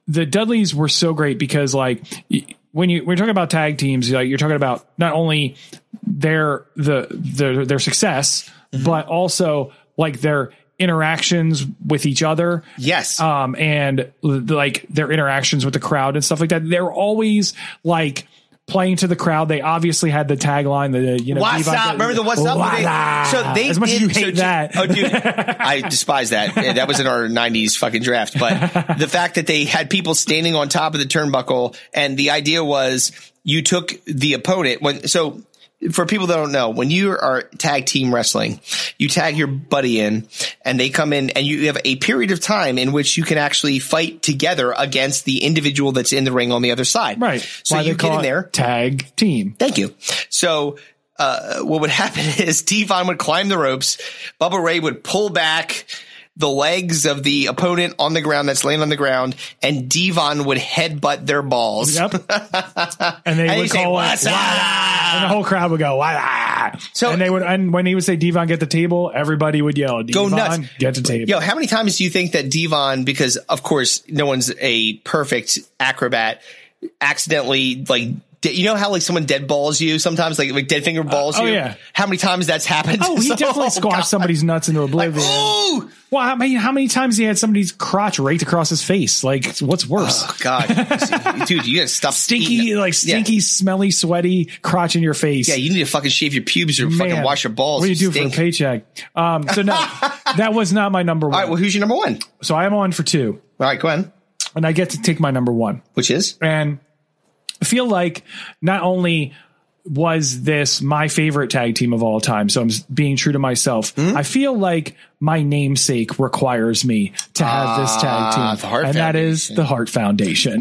S5: the Dudleys were so great because like y- when you when you're talking about tag teams, like you're talking about not only their the their their success,
S4: Mm-hmm.
S5: but also like their interactions with each other.
S4: Yes.
S5: Um, and l- like their interactions with the crowd and stuff like that. They're always like playing to the crowd. They obviously had the tagline, the, you know,
S4: What's
S5: Viva-
S4: up? Remember the what's up? They-
S5: Voila.
S4: so they
S5: as much
S4: did,
S5: as you
S4: so
S5: hate
S4: ju-
S5: that.
S4: Oh, dude, I despise that. Yeah, That was in our '90s fucking draft. But the fact that they had people standing on top of the turnbuckle, and the idea was you took the opponent when so. For people that don't know, when you are tag team wrestling, you tag your buddy in and they come in and you have a period of time in which you can actually fight together against the individual that's in the ring on the other side.
S5: Right.
S4: So
S5: Why they
S4: you get
S5: call
S4: in
S5: it
S4: there.
S5: Tag team.
S4: Thank you. So, uh, what would happen is Devon would climb the ropes. Bubba Ray would pull back the legs of the opponent on the ground that's laying on the ground, and Devon would headbutt their balls.
S5: Yep. and they
S4: And
S5: would
S4: he'd say,
S5: call it,
S4: "What's up?"
S5: "Wah!" and the whole crowd would go, "Wah!"
S4: So-
S5: and they would, and when he would say, "Devon, get the table," everybody would yell,
S4: Go
S5: "Devon,
S4: nuts.
S5: get the table."
S4: Yo, how many times do you think that Devon, because of course no one's a perfect acrobat, accidentally like de- you know how like someone dead balls you sometimes like like dead finger balls
S5: oh,
S4: you.
S5: yeah.
S4: How many times that's happened?
S5: Oh, he
S4: So-
S5: definitely squashed
S4: God. oh.
S5: somebody's nuts into oblivion.
S4: Ooh,
S5: well, I mean, how many times he had somebody's crotch raked across his face? Like, what's worse?
S4: Oh, God, dude, you gotta stop.
S5: stinky,
S4: eating-
S5: like
S4: Yeah.
S5: stinky, smelly, sweaty crotch in your face.
S4: Yeah, you need to fucking shave your pubes or fucking
S5: Man,
S4: wash your balls.
S5: What do you do
S4: stink.
S5: for a paycheck? Um, so no, that was not my number one.
S4: All right, well, who's your number one?
S5: so I am on for two,
S4: All right, go on.
S5: and I get to take my number one.
S4: Which is?
S5: and I feel like not only was this my favorite tag team of all time, so I'm s- being true to myself.
S4: Hmm?
S5: I feel like my namesake requires me to have this tag team,
S4: Ah, the Hart Ah.
S5: and that is the Hart Foundation.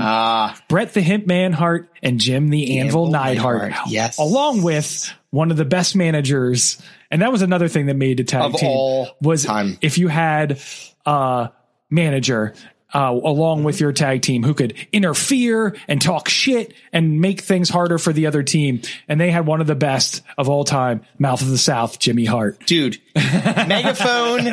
S5: Brett the Hemp Man Hart and Jim the,
S4: Anvil
S5: Anvil, Neidhart,
S4: Neidhart, yes.
S5: along with one of the best managers. And that was another thing that made a tag
S4: Of
S5: team
S4: all
S5: was
S4: time.
S5: if you had a manager uh, along with your tag team who could interfere and talk shit and make things harder for the other team. And they had one of the best of all time, Mouth of the South, Jimmy Hart.
S4: Dude, megaphone.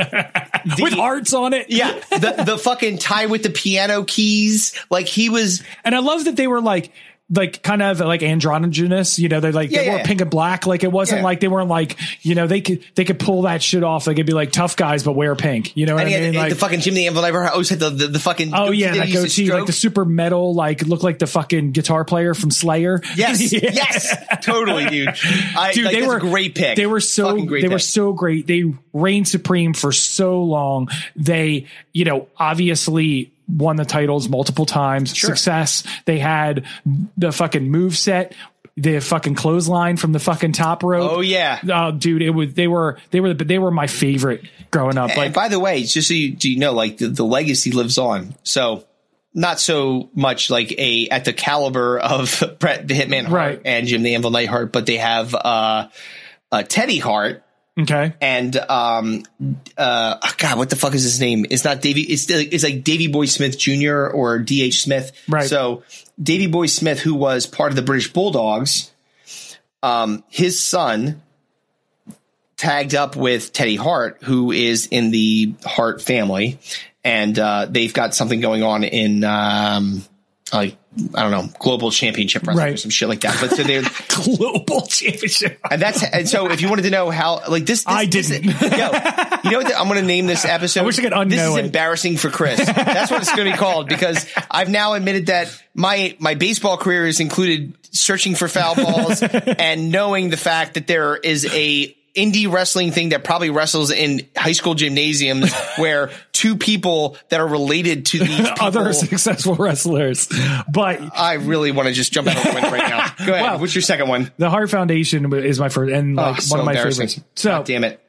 S5: with hearts on it.
S4: Yeah, the, the fucking tie with the piano keys. Like he was,
S5: And I love that they were like, like kind of like androgynous, you know, they like,
S4: Yeah,
S5: they
S4: yeah,
S5: were
S4: yeah.
S5: pink and black. Like it wasn't
S4: Yeah.
S5: like they weren't like, you know, they could, they could pull that shit off. They could be like tough guys, but wear pink, you know what
S4: and he
S5: I
S4: had
S5: mean?
S4: the-
S5: Like,
S4: the fucking Jim the Anvil Neidhart always had the, the, the fucking.
S5: Oh
S4: goatee
S5: yeah,
S4: that
S5: that
S4: he used to
S5: goatee, like the
S4: stroke.
S5: super metal, like look like the fucking guitar player from Slayer.
S4: Yes,
S5: Yeah.
S4: yes, totally, dude. I,
S5: Dude,
S4: like,
S5: they
S4: that's
S5: were
S4: a great pick.
S5: They were so
S4: Fucking
S5: they
S4: great
S5: were
S4: pick.
S5: so great. They reigned supreme for so long. They, you know, obviously won the titles multiple times. Success. They had the fucking move set, the fucking clothesline from the fucking top rope.
S4: Oh, yeah.
S5: oh, dude, it was they were they were the, they were my favorite growing up. Like
S4: and by the way, just so you, do you know, like the, the legacy lives on. So not so much like a at the caliber of Brett the Hitman Hart
S5: Right.
S4: and Jim the Anvil Nightheart, but they have uh, uh Teddy Hart
S5: Okay.
S4: And um, uh, oh God, what the fuck is his name? It's not Davy. It's it's like Davy Boy Smith Jr. or D. H. Smith.
S5: Right.
S4: So Davy Boy Smith, who was part of the British Bulldogs, um, his son tagged up with Teddy Hart, who is in the Hart family, and uh, they've got something going on in um, like I don't know, global championship wrestling
S5: Right.
S4: or some shit like that. But so they're
S5: global championship,
S4: and that's and so if you wanted to know how like this, this
S5: I
S4: this-
S5: didn't.
S4: yo, you know what? the- I'm going to name this episode. I
S5: wish I could
S4: This
S5: unknow
S4: is
S5: it.
S4: embarrassing for Chris. That's what it's going to be called because I've now admitted that my my baseball career has included searching for foul balls and knowing the fact that there is a indie wrestling thing that probably wrestles in high school gymnasiums where two people that are related to these people,
S5: other successful wrestlers. But
S4: I really want to just jump out of the window right now. Go ahead. What's your second one?
S5: the Heart Foundation is my first and
S4: Oh,
S5: like one
S4: so
S5: of my
S4: embarrassing.
S5: favorites. So
S4: God damn it.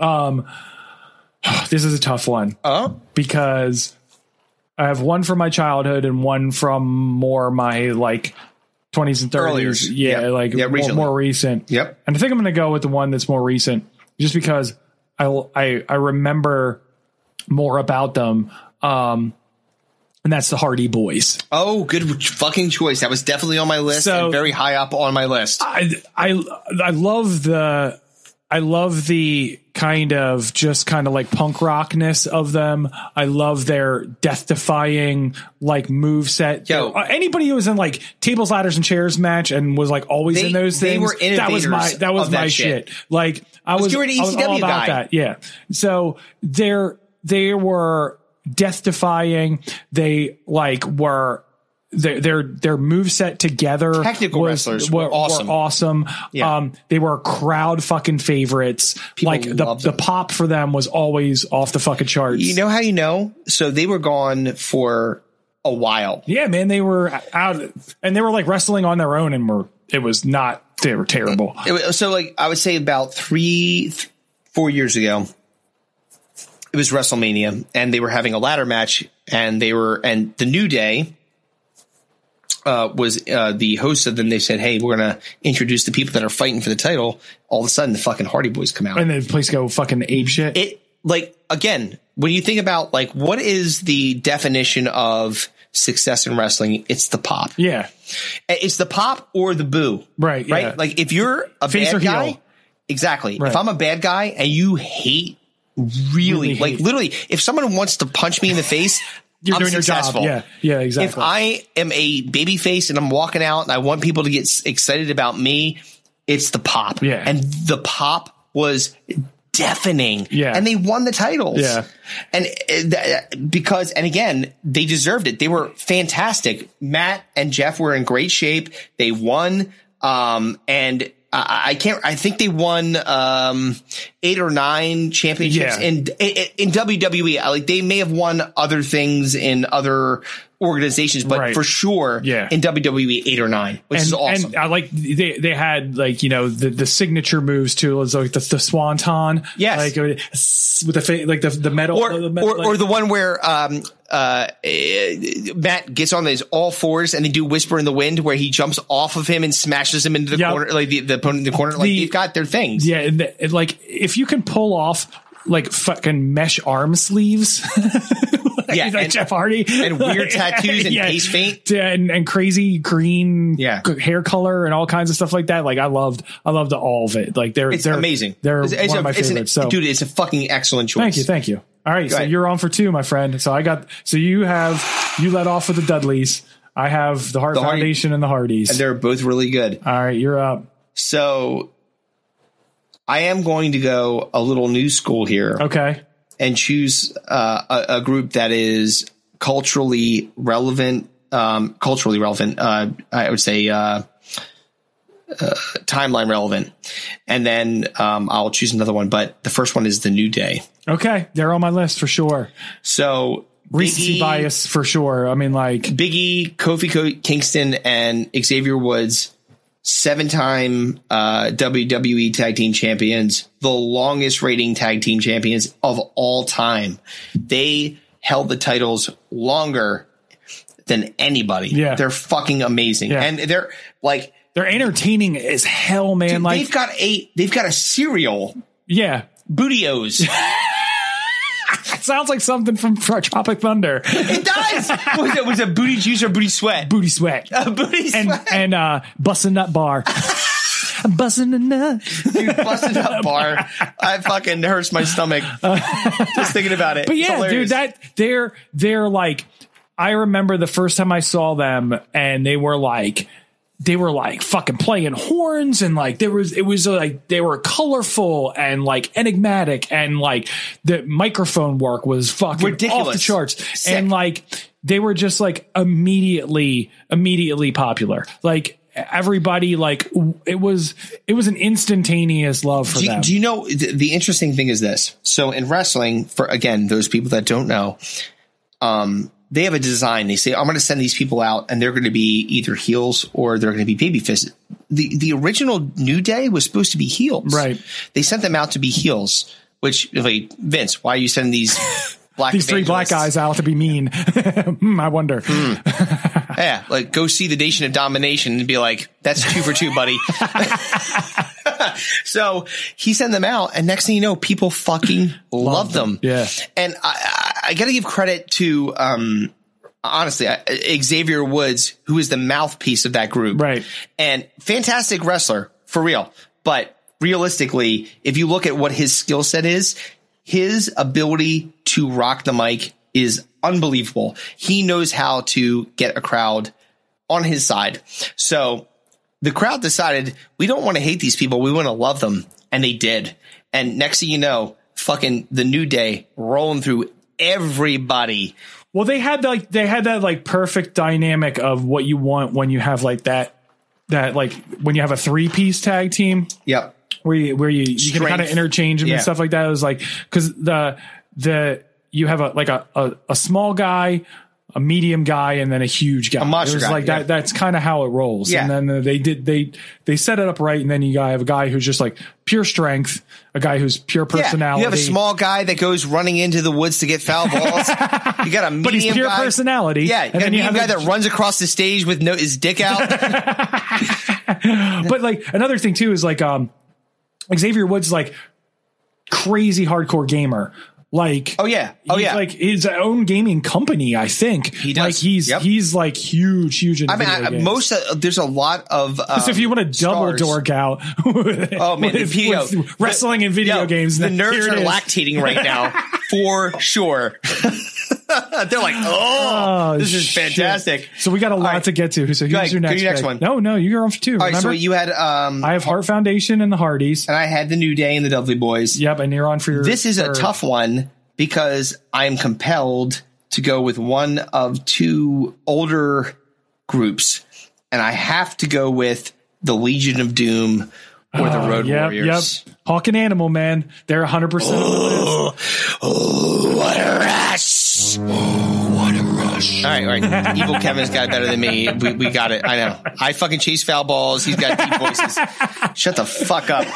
S5: Um, this is a tough one.
S4: Oh,
S5: because I have one from my childhood and one from more my like 20s and 30s.
S4: Earlier.
S5: Yeah,
S4: Yep.
S5: like
S4: Yeah,
S5: more,
S4: recently.
S5: more recent.
S4: Yep.
S5: And I think I'm going to go with the one that's more recent, just because I I I remember more about them. Um, and that's the Hardy Boys.
S4: Oh, good fucking choice. That was definitely on my list
S5: So-
S4: and very high up on my list.
S5: I I I love the I love the kind of just kind of like punk rockness of them. I love their death defying like move set.
S4: Yo.
S5: Uh, anybody who was in like tables, ladders, and chairs match and was like always
S4: They-
S5: in those
S4: they
S5: things.
S4: were
S5: that was my
S4: innovators
S5: that was
S4: of that
S5: my
S4: shit.
S5: shit. Like I
S4: Let's
S5: was,
S4: get rid of
S5: I was all
S4: ECW guy.
S5: about that. Yeah. So they're they were death defying. They like were their their their move set together
S4: Technical
S5: was-
S4: wrestlers were awesome.
S5: awesome.
S4: Yeah.
S5: Um, they were crowd fucking favorites.
S4: People
S5: like the,
S4: loved
S5: the
S4: them.
S5: pop for them was always off the fucking charts.
S4: You know how you know? So they were gone for a while.
S5: yeah, man, they were out and they were like wrestling on their own and were, it was not, they were terrible.
S4: It was, so like I would say about 3 th- 4 years ago it was WrestleMania and they were having a ladder match and they were and the New Day uh, was uh, the host of them. They said, "Hey, we're gonna introduce the people that are fighting for the title." All of a sudden, the fucking Hardy Boys come out.
S5: And the place go fucking ape shit.
S4: it like again when you think about like what is the definition of success in wrestling it's the pop
S5: yeah.
S4: Eh, it's the pop or the boo
S5: Right,
S4: right
S5: yeah.
S4: like if you're a
S5: Face
S4: bad
S5: or heel.
S4: guy exactly
S5: Right.
S4: if i'm a bad guy and you hate really,
S5: Really
S4: like
S5: hate.
S4: literally if someone wants to punch me in the face
S5: You're
S4: I'm
S5: doing
S4: successful.
S5: your job. Yeah. Yeah, exactly.
S4: If I am a baby face and I'm walking out and I want people to get s- excited about me, it's the pop.
S5: Yeah.
S4: And the pop was deafening.
S5: Yeah.
S4: And they won the titles.
S5: Yeah.
S4: And uh, th- because, and again, they deserved it. They were fantastic. Matt and Jeff were in great shape. They won. Um, and I, I can't, I think they won, um, eight or nine championships
S5: Yeah.
S4: in in, in in WWE, I- like they may have won other things in other organizations, but
S5: Right.
S4: for sure,
S5: Yeah.
S4: in WWE, eight or nine, which is awesome.
S5: And I like they they had like you know the the signature moves too. It was like the, the swanton,
S4: Yes.
S5: like uh, s- with the fa- like the the metal
S4: or,
S5: the metal-
S4: or,
S5: like-
S4: or the one where um, uh, eh, Matt gets on his all fours and they do Whisper in the Wind, where he jumps off of him and smashes him into the
S5: Yep.
S4: corner, like the, the opponent in the corner. Like
S5: The-
S4: they've got their things.
S5: yeah, and the- and, like if you can pull off like fucking mesh arm sleeves, like,
S4: Yeah,
S5: like
S4: and-
S5: Jeff Hardy,
S4: and weird
S5: Like,
S4: tattoos and
S5: yeah.
S4: face paint.
S5: yeah, and, and crazy green
S4: Yeah.
S5: c- hair color and all kinds of stuff like that. Like I loved I loved all of it. Like they're
S4: It's
S5: they're
S4: amazing.
S5: They're
S4: It's- it's
S5: one
S4: a-
S5: of my
S4: it's an-
S5: favorites. so
S4: dude, it's a fucking excellent choice.
S5: Thank you, thank you. All right, so
S4: ahead.
S5: you're on for two, my friend. So I got so you have you let off with the Dudleys. I have the Hart
S4: The Hardy-
S5: Foundation and the Hardys.
S4: And they're both really good.
S5: All right, you're up.
S4: So I am going to go a little new school here.
S5: Okay,
S4: and choose uh, a, a group that is culturally relevant, um, culturally relevant. Uh, I would say uh, uh, timeline relevant, and then um, I'll choose another one. But the first one is the New Day.
S5: okay, they're on my list for sure.
S4: So
S5: Recency
S4: Big E-
S5: bias for sure. I mean, like
S4: Biggie, Kofi Ko- Kingston, and Xavier Woods, seven time uh, WWE Tag Team Champions, the longest rating Tag Team Champions of all time. They held the titles longer than anybody.
S5: Yeah.
S4: They're fucking amazing.
S5: Yeah.
S4: And they're like,
S5: they're entertaining as hell, man.
S4: dude,
S5: like
S4: they've got a they've got a serial
S5: Yeah.
S4: Bootios.
S5: Sounds like something from Tropic Thunder.
S4: It does. was it was it booty juice or booty sweat?
S5: Booty sweat.
S4: Uh, booty
S5: and
S4: sweat.
S5: and uh, bussin' nut bar. I'm busting a nut.
S4: Dude, busted up bar. I fucking hurts my stomach just thinking about it.
S5: But yeah,
S4: Hilarious.
S5: dude, that they're they're like I remember the first time I saw them and they were like they were like fucking playing horns and like there was it was like they were colorful and like enigmatic and like the microphone work was fucking off the
S4: Ridiculous.
S5: charts
S4: Sick.
S5: and like they were just like immediately immediately popular like everybody like w- it was it was an instantaneous love for
S4: do,
S5: them
S4: you- do you know th- the interesting thing is this? So in wrestling, for again those people that don't know, um, they have a design. They say I'm going to send these people out, and they're going to be either heels or they're going to be baby fists. The the original New Day was supposed to be heels,
S5: Right.
S4: They sent them out to be heels. Which like Vince, why are you sending these black
S5: these three black
S4: evangelists?
S5: guys out to be mean. Hmm, I wonder.
S4: Yeah, like go see the Nation of Domination and be like, that's two for two, buddy. so he sent them out, and next thing you know, people fucking love them.
S5: Yeah.
S4: And I, I, I got to give credit to, um, honestly, I, Xavier Woods, who is the mouthpiece of that group.
S5: Right.
S4: And fantastic wrestler, for real. But realistically, if you look at what his skill set is, his ability to rock the mic is unbelievable. He knows how to get a crowd on his side. So the crowd decided we don't want to hate these people. We want to love them. And they did. And next thing you know, fucking the new day rolling through everybody.
S5: Well, they had like they had that like perfect dynamic of what you want when you have like that that like when you have a three piece tag team
S4: Yep.
S5: where you where you, you can
S4: Strength.
S5: kind of interchange them
S4: Yeah.
S5: and stuff like that. It was like because the the you have a like a, a a small guy. A medium guy and then a huge guy. A
S4: monster
S5: it was
S4: guy,
S5: like
S4: yeah.
S5: that. That's kind of how it rolls.
S4: Yeah.
S5: And then uh, they did they they set it up right, and then you have a guy who's just like pure strength, a guy who's pure personality.
S4: You have a small guy that goes running into the woods to get foul balls. you got a medium
S5: he's pure
S4: guy.
S5: personality.
S4: Yeah, you
S5: And
S4: got a
S5: then you
S4: medium
S5: have
S4: guy
S5: the-
S4: that runs across the stage with no his dick out.
S5: but like another thing too is like um Xavier Woods is, like crazy hardcore gamer. Like
S4: Oh, yeah. Oh,
S5: he's,
S4: yeah.
S5: like his own gaming company. I think he
S4: does.
S5: Like he's
S4: Yep.
S5: he's like huge, huge. In
S4: I mean,
S5: video
S4: I,
S5: games.
S4: most uh, there's a lot of um,
S5: So if you want to double
S4: stars.
S5: dork out,
S4: Oh man,
S5: with,
S4: the PO.
S5: with wrestling and video
S4: Yo,
S5: games,
S4: The
S5: then
S4: nerves
S5: here
S4: are
S5: it is.
S4: lactating right now, for sure. They're like, oh,
S5: Oh,
S4: this is
S5: shit.
S4: fantastic.
S5: So we got a lot
S4: right.
S5: to get to. So
S4: ahead.
S5: here's your
S4: Go to
S5: next,
S4: your next
S5: pick.
S4: one.
S5: No, no, you're on for two.
S4: All right,
S5: remember?
S4: so you had um,
S5: I have Heart Foundation and the Hardys.
S4: and I had the New Day and the Dudley Boys.
S5: Yep, and you're on for your.
S4: This is a
S5: for-
S4: tough one because I'm compelled to go with one of two older groups, and I have to go with the Legion of Doom or the Road
S5: Oh, Yep, yep.
S4: Warriors.
S5: Hawk and Animal Man. They're 100. percent
S4: Oh, what a rush! Oh, what a rush! All right, all right. Evil Kevin's got it better than me. We, we got it. I know. I fucking chase foul balls. He's got deep voices. Shut the fuck up.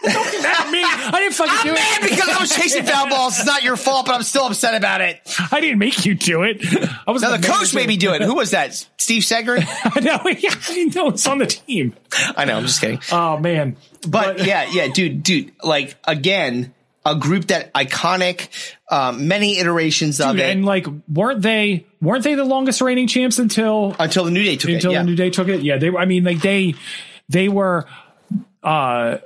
S5: me. I didn't fucking do
S4: I'm
S5: it.
S4: mad because I was chasing foul balls. It's not your fault, but I'm still upset about it.
S5: I didn't make you do it. I was
S4: Now the
S5: the
S4: coach
S5: manager.
S4: made me do it. Who was that? Steve Segrin?
S5: I know. Yeah, I didn't know it's on the team.
S4: I know. I'm just kidding.
S5: Oh man.
S4: But yeah, yeah, dude, dude. Like again, a group that iconic, um, many iterations of
S5: Dude,
S4: it
S5: and like, weren't they weren't they the longest reigning champs until
S4: until the New Day took
S5: until
S4: it. Uh, Yeah.
S5: the New Day took it? Yeah, they. were I mean, like they they were. uh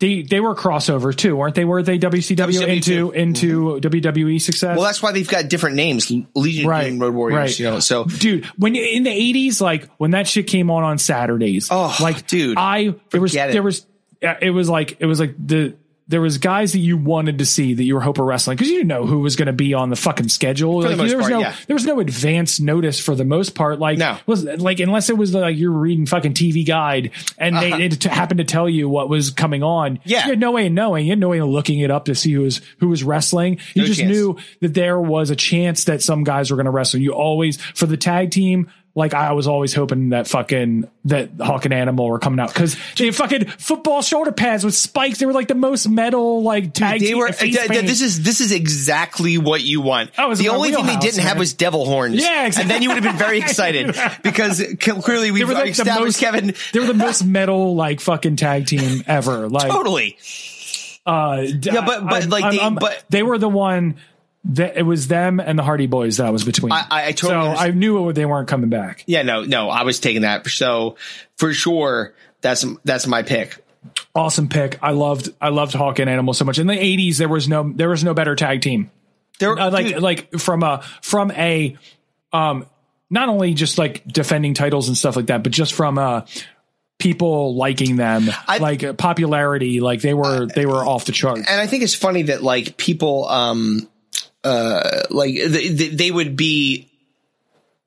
S5: they, they were crossover too, weren't they? Were they WCW,
S4: WCW
S5: into
S4: too. Mm-hmm.
S5: into WWE success?
S4: Well, that's why they've got different names, L- Legion of Doom, Road Warriors. You know, so
S5: dude, when you- in the eighties, like when that shit came on on Saturdays,
S4: Oh,
S5: like
S4: dude,
S5: I there was
S4: forget it.
S5: there was uh, it was like it was like the. There was guys that you wanted to see that you were hoping wrestling because you didn't know who was going to be on the fucking schedule.
S4: the
S5: Like,
S4: most
S5: there was
S4: part,
S5: no
S4: yeah.
S5: there was no advance notice for the most part. Like
S4: No.
S5: was like unless it was like you were reading fucking TV guide and they it t- happened to tell you what was coming on.
S4: Uh-huh. Yeah.
S5: you had no way of knowing. You had no way of looking it up to see who was who was wrestling. You
S4: No
S5: just
S4: chance.
S5: knew that there was a chance that some guys were going to wrestle. You always for the tag team. Like I was always hoping that fucking that Hawk and Animal were coming out because they fucking football shoulder pads with spikes. They were like the most metal like tag.
S4: they
S5: team,
S4: were. uh,
S5: face
S4: th- th-
S5: paint.
S4: this is this is exactly what you want.
S5: That was
S4: the
S5: Oh, my
S4: only thing they
S5: wheelhouse,
S4: didn't have
S5: man.
S4: was devil horns.
S5: Yeah,
S4: and then you would have been very excited because c- clearly
S5: they
S4: we've
S5: were like the
S4: established
S5: most
S4: Kevin
S5: They were the most metal like fucking tag team ever. Like
S4: totally.
S5: Uh,
S4: yeah, but but like the, but
S5: they were the one that it was them and the Hardy Boys that was between.
S4: I- I- I totally
S5: so
S4: understand.
S5: I knew they weren't coming back.
S4: yeah, no, no, I was taking that. So for sure, that's that's my pick.
S5: Awesome pick. I loved I loved Hawk and Animal so much. In the eighties, there was no there was no better tag team.
S4: There
S5: Uh, like like from a from a um not only just like defending titles and stuff like that, but just from uh people liking them, like uh, popularity. Like they were they were off the charts.
S4: Uh, and I think it's funny that like people, um, uh, like th- th- they would be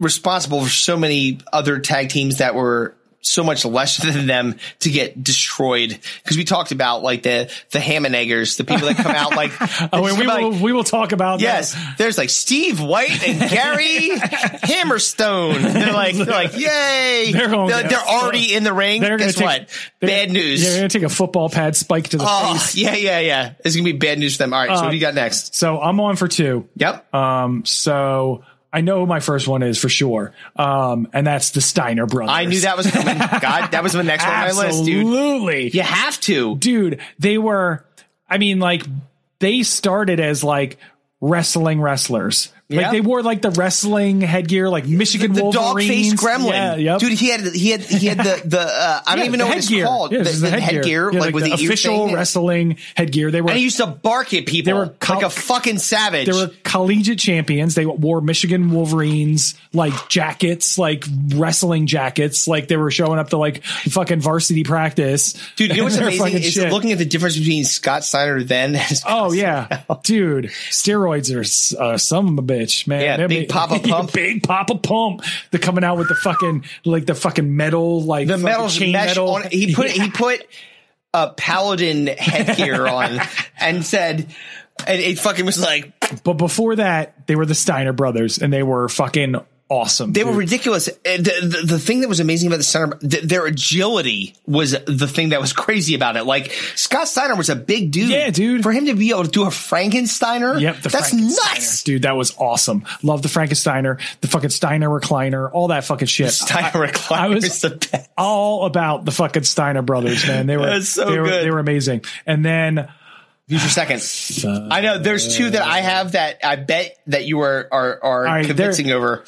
S4: responsible for so many other tag teams that were so much less than them to get destroyed because we talked about like the the ham and eggers, the people that come out like
S5: Oh, and we
S4: somebody-
S5: will we will talk about that.
S4: Yes, there's like Steve White and Gary Hammerstone. They're like, they're like, yay!
S5: They're gonna
S4: they're,
S5: get
S4: they're
S5: stuck.
S4: already in the ring.
S5: They're gonna
S4: Guess
S5: take-
S4: what? Bad news.
S5: They're gonna take a football pad spike to the
S4: Oh,
S5: face.
S4: yeah, yeah, yeah. It's gonna be bad news for them. All right, so
S5: Uh,
S4: what do you got next?
S5: So I'm on for two.
S4: Yep.
S5: Um. So I know who my first one is for sure. Um. And that's the Steiner brothers.
S4: I knew that was coming. God, that was the next one on my list, dude.
S5: Absolutely.
S4: You have to.
S5: Dude, they were, I mean, like, they started as like wrestling wrestlers. Like,
S4: Yeah.
S5: they wore like the wrestling headgear, like Michigan
S4: The dog
S5: Wolverines.
S4: faced gremlin,
S5: Yeah, yep.
S4: dude. He had he had he had the the uh, I don't
S5: Yeah,
S4: even
S5: the
S4: know what it's
S5: headgear.
S4: called.
S5: Yeah,
S4: the,
S5: this is
S4: the headgear,
S5: Yeah,
S4: like, with the, ear
S5: official
S4: thing.
S5: wrestling headgear. They were
S4: And he used to bark at people.
S5: They were
S4: like
S5: col-
S4: a fucking savage.
S5: They were collegiate champions. They wore Michigan Wolverines like jackets, like wrestling jackets. Like they were showing up to like fucking varsity practice.
S4: Dude, you know what's
S5: They're
S4: amazing
S5: fucking
S4: is
S5: shit.
S4: looking at the difference between Scott Steiner then. And
S5: Oh yeah, dude! Steroids are uh, some bitch, man.
S4: Yeah,
S5: They're
S4: Big
S5: ma-
S4: Papa Pump.
S5: big Papa Pump. They're coming out with the fucking like the fucking metal, like
S4: the
S5: fucking
S4: metal
S5: chain
S4: mesh
S5: metal.
S4: on. He put
S5: Yeah.
S4: he put a paladin headgear on and said, and it fucking was like
S5: but before that, they were the Steiner brothers, and they were fucking awesome.
S4: they
S5: dude.
S4: were ridiculous. Uh, The, the, the thing that was amazing about the center, th- their agility was the thing that was crazy about it. Like Scott Steiner was a big dude.
S5: Yeah, dude.
S4: For him to be able to do a Frankensteiner,
S5: Yep, the
S4: that's
S5: Frankensteiner.
S4: nuts.
S5: dude. That was awesome. Love the Frankensteiner, the fucking Steiner recliner, all that fucking shit.
S4: Steiner recliner
S5: I was-
S4: is the best.
S5: all about the fucking Steiner brothers, man. They were
S4: That's so
S5: they were
S4: good.
S5: they were amazing. And then
S4: Use your second. I know there's two that I have that I bet that you are are, are
S5: right, there-
S4: convincing over.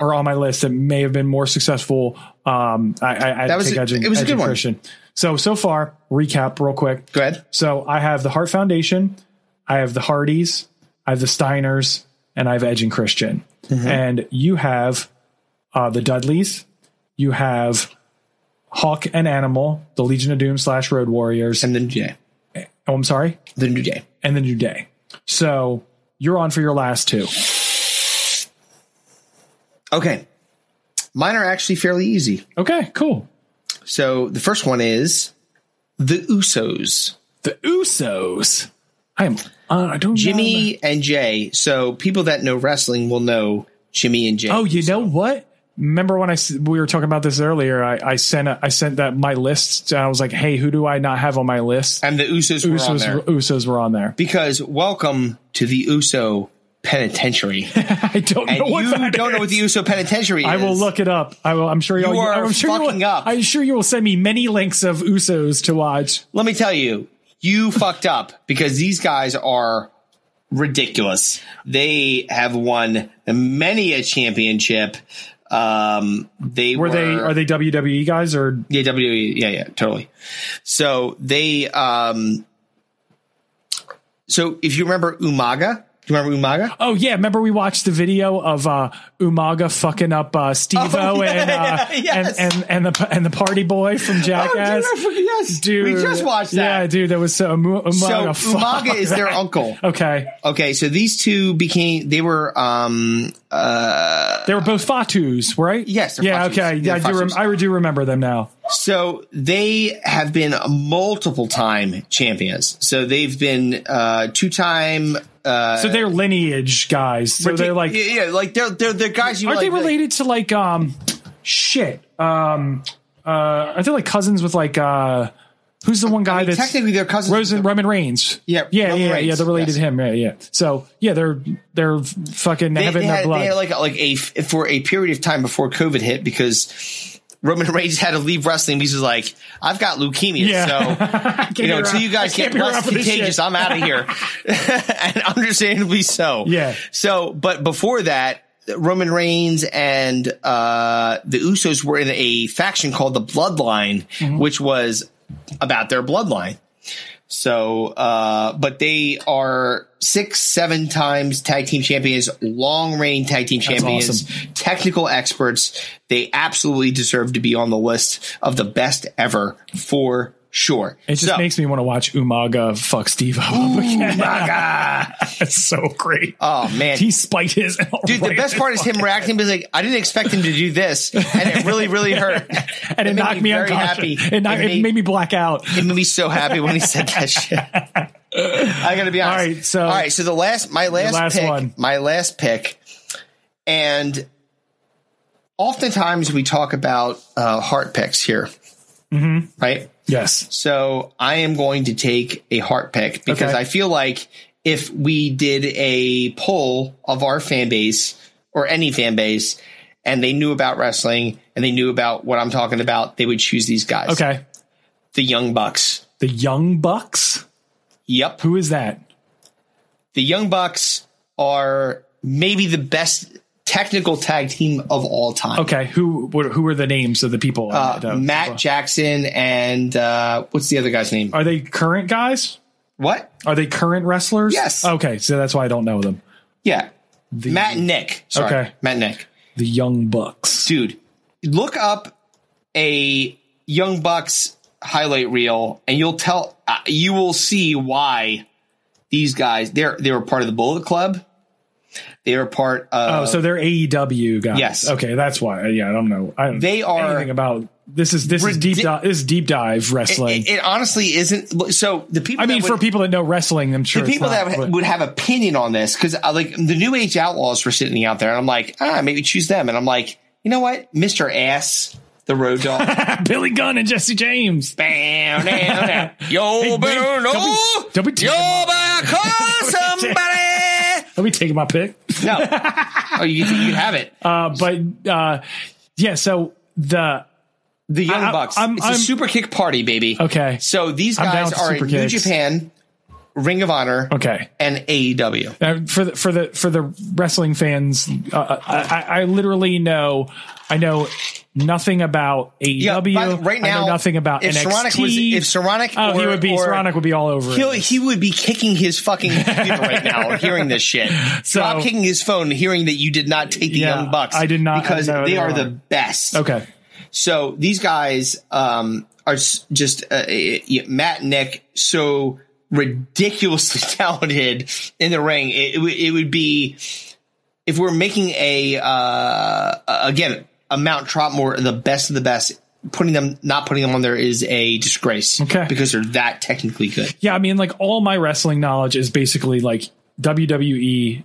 S5: are on my list that may have been more successful. Um, I, I, I
S4: That was
S5: take
S4: a-
S5: Edge and-
S4: it was a
S5: Edge
S4: good
S5: and
S4: one.
S5: Christian. So so far, recap real quick.
S4: Go ahead.
S5: So I have the Hart Foundation, I have the Hardys, I have the Steiners, and I have Edge and Christian.
S4: Mm-hmm.
S5: And you have uh, the Dudleys, you have Hawk and Animal, the Legion of Doom slash Road Warriors,
S4: and the New Day.
S5: Oh, I'm sorry,
S4: the New Day,
S5: and the New Day. So you're on for your last two.
S4: Okay. Mine are actually fairly easy.
S5: Okay, cool.
S4: So the first one is the Usos.
S5: The Usos. I am. Uh, I don't.
S4: Jimmy and Jay. So people that know wrestling will know Jimmy and Jay.
S5: Oh, you know what? Remember when I s- we were talking about this earlier? I, I sent a, I sent that my list. And I was like, hey, who do I not have on my list?
S4: and the Usos, were on
S5: Usos,
S4: there
S5: Usos were on there.
S4: because welcome to the Uso Penitentiary.
S5: I don't
S4: and
S5: know what
S4: you
S5: that
S4: don't know
S5: is.
S4: what the Uso Penitentiary is.
S5: I will look it up. I will. I'm sure you'll.
S4: You are
S5: I'm sure you
S4: fucking
S5: will,
S4: up.
S5: I'm sure you will send me many links of Usos to watch.
S4: Let me tell you, you fucked up because these guys are ridiculous. They have won many a championship. Um, they
S5: Were
S4: were,
S5: they are they WWE guys or
S4: Yeah, WWE. Yeah, yeah, totally. So they, um, so if you remember Umaga, do you remember Umaga?
S5: Oh yeah, remember we watched the video of uh, Umaga fucking up uh, Steve-O
S4: Oh, yeah,
S5: and, uh,
S4: yes. Oh,
S5: and and and the and the party boy from Jackass.
S4: I forget- yes.
S5: Oh, dude,
S4: We just watched that.
S5: Yeah, dude, that was so Umu- Umaga.
S4: so Umaga
S5: fuck.
S4: is their uncle.
S5: okay.
S4: Okay, so these two became they were um uh
S5: They were both Fatus, right?
S4: Yes, they're
S5: Yeah.
S4: Fatus.
S5: Okay. Yeah,
S4: They're
S5: I do, rem-
S4: Fatus.
S5: I do remember them now.
S4: So they have been multiple time champions. So they've been uh, two time. Uh,
S5: So they're lineage guys. So they're like,
S4: yeah, yeah, like they're they're the guys you
S5: aren't
S4: like,
S5: they related to like um, shit? Um, uh, are they like cousins with like uh, who's the one guy
S4: like,
S5: that's
S4: technically they're cousins.
S5: Rosen Roman Reigns.
S4: Yeah,
S5: yeah,
S4: Roman
S5: yeah, yeah.
S4: Reigns,
S5: They're related
S4: yes.
S5: to him. Yeah, yeah. So yeah, they're they're fucking
S4: they,
S5: having
S4: they
S5: their
S4: had,
S5: blood.
S4: they had like like a for a period of time before COVID hit because Roman Reigns had to leave wrestling because he's like I've got leukemia,
S5: Yeah.
S4: so you know,
S5: be
S4: until
S5: around-
S4: you
S5: I
S4: guys
S5: can't
S4: get
S5: be around
S4: less
S5: for this
S4: contagious,
S5: shit.
S4: I'm out of here. and understandably so.
S5: Yeah.
S4: So, but before that, Roman Reigns and uh, the Usos were in a faction called the Bloodline,
S5: Mm-hmm.
S4: which was about their bloodline. So, uh, but they are six, seven times tag team champions, long reigning tag team champions, technical experts. They absolutely deserve to be on the list of the best ever for sure.
S5: it just
S4: So-
S5: makes me want to watch Umaga fuck Steve Umaga. That's so great.
S4: Oh man,
S5: he spiked his.
S4: Dude, the best part is him reacting because like I didn't expect him to do this, and it really, really hurt.
S5: and it,
S4: made
S5: knocked me
S4: very
S5: unconscious.
S4: Happy.
S5: It, knocked, it made me black out.
S4: it made me so happy when he said that shit. I gotta be honest.
S5: All right, so-
S4: all right, so the last, my last,
S5: last
S4: pick,
S5: one.
S4: my last pick, and oftentimes we talk about uh, heart picks here,
S5: Mm-hmm.
S4: right?
S5: Yes.
S4: So I am going to take a heart pick because
S5: Okay.
S4: I feel like if we did a poll of our fan base or any fan base and they knew about wrestling and they knew about what I'm talking about, they would choose these guys.
S5: Okay.
S4: The Young Bucks.
S5: The Young Bucks.
S4: Yep.
S5: Who is that?
S4: The Young Bucks are maybe the best technical tag team of all time.
S5: Okay. Who what, who are the names of the people? on that,
S4: Uh, Matt Jackson and uh, what's the other guy's name?
S5: Are they current guys?
S4: What?
S5: Are they current wrestlers?
S4: Yes.
S5: Okay, so that's why I don't know them.
S4: Yeah. Matt and Nick. Sorry.
S5: Okay.
S4: Matt and Nick.
S5: The Young Bucks.
S4: dude, look up a Young Bucks highlight reel, and you'll tell uh, you will see why these guys they're they were part of the Bullet Club. They were part of.
S5: oh, so they're AEW guys.
S4: uh, Yes.
S5: Okay, that's why. Yeah, I don't know. I don't
S4: They
S5: know
S4: are-
S5: anything about this. Is this is deep dive? This is deep dive wrestling.
S4: It, it honestly isn't. So the people
S5: I mean,
S4: that
S5: for
S4: would-
S5: people that know wrestling, I'm sure
S4: the
S5: it's
S4: people
S5: not,
S4: that
S5: but-
S4: would have opinion on this because like the new age outlaws were sitting out there and i'm like ah maybe choose them and i'm like you know what mr ass the road dog
S5: Billy Gunn and Jesse James.
S4: Bam, bam, bam. Yo,
S5: better know. Don't be, do somebody. Let me take my pick.
S4: No. oh, you you have it.
S5: Uh, but uh, yeah, so the
S4: the young
S5: I,
S4: bucks
S5: I'm,
S4: it's
S5: I'm,
S4: a super kick party baby
S5: Okay.
S4: so these
S5: I'm
S4: guys
S5: down with
S4: are in
S5: super
S4: new
S5: kicks.
S4: japan ring of honor
S5: okay
S4: and E aew
S5: Uh, for the for the for the wrestling fans, uh, I, I- I literally know I know nothing about AEW.
S4: by the- right
S5: I
S4: now,
S5: know nothing about
S4: if
S5: NXT.
S4: Saronic was- if Saronic
S5: oh, he
S4: or-
S5: would be
S4: or-
S5: Saronic would be all over.
S4: He'll,
S5: it.
S4: he would be kicking his fucking computer right now, hearing this shit.
S5: So-
S4: Rob kicking his phone, hearing that you did not take the
S5: Yeah,
S4: Young Bucks.
S5: I did not- I
S4: because
S5: know
S4: they
S5: they
S4: are
S5: are.
S4: the best.
S5: Okay,
S4: So these guys um, are s- just uh, eh, eh, Matt and Nick so ridiculously talented in the ring. It, it, would- it would be if we're making a uh, again a Mount Trotmore the best of the best. Putting them not putting them on there is a disgrace.
S5: Okay.
S4: because they're that technically good.
S5: yeah. I mean, like all my wrestling knowledge is basically like E, WWE,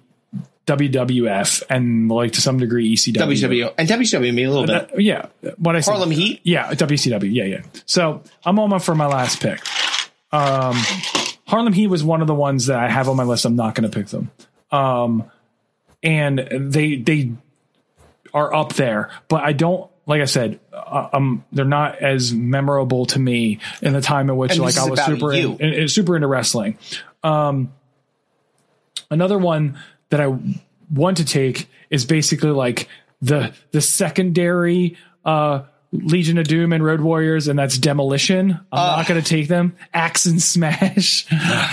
S5: WWF, and like to some degree E ECW.
S4: WW and WW me a little bit.
S5: Uh, yeah, what I said.
S4: Harlem Heat.
S5: Yeah, WCW. Yeah, yeah. So I'm on my, for my last pick. Um, Harlem Heat was one of the ones that I have on my list. I'm not going to pick them. Um, and they they are up there, but I don't. Like I said, uh, um, they're not as memorable to me in the time in which
S4: And
S5: like
S4: this
S5: I
S4: is
S5: was
S4: about
S5: super
S4: you.
S5: in- in- super into wrestling. Um, another one that I want to take is basically like the the secondary uh Legion of Doom and Road Warriors, and that's Demolition. I'm
S4: Uh.
S5: not going to take them. Axe and Smash.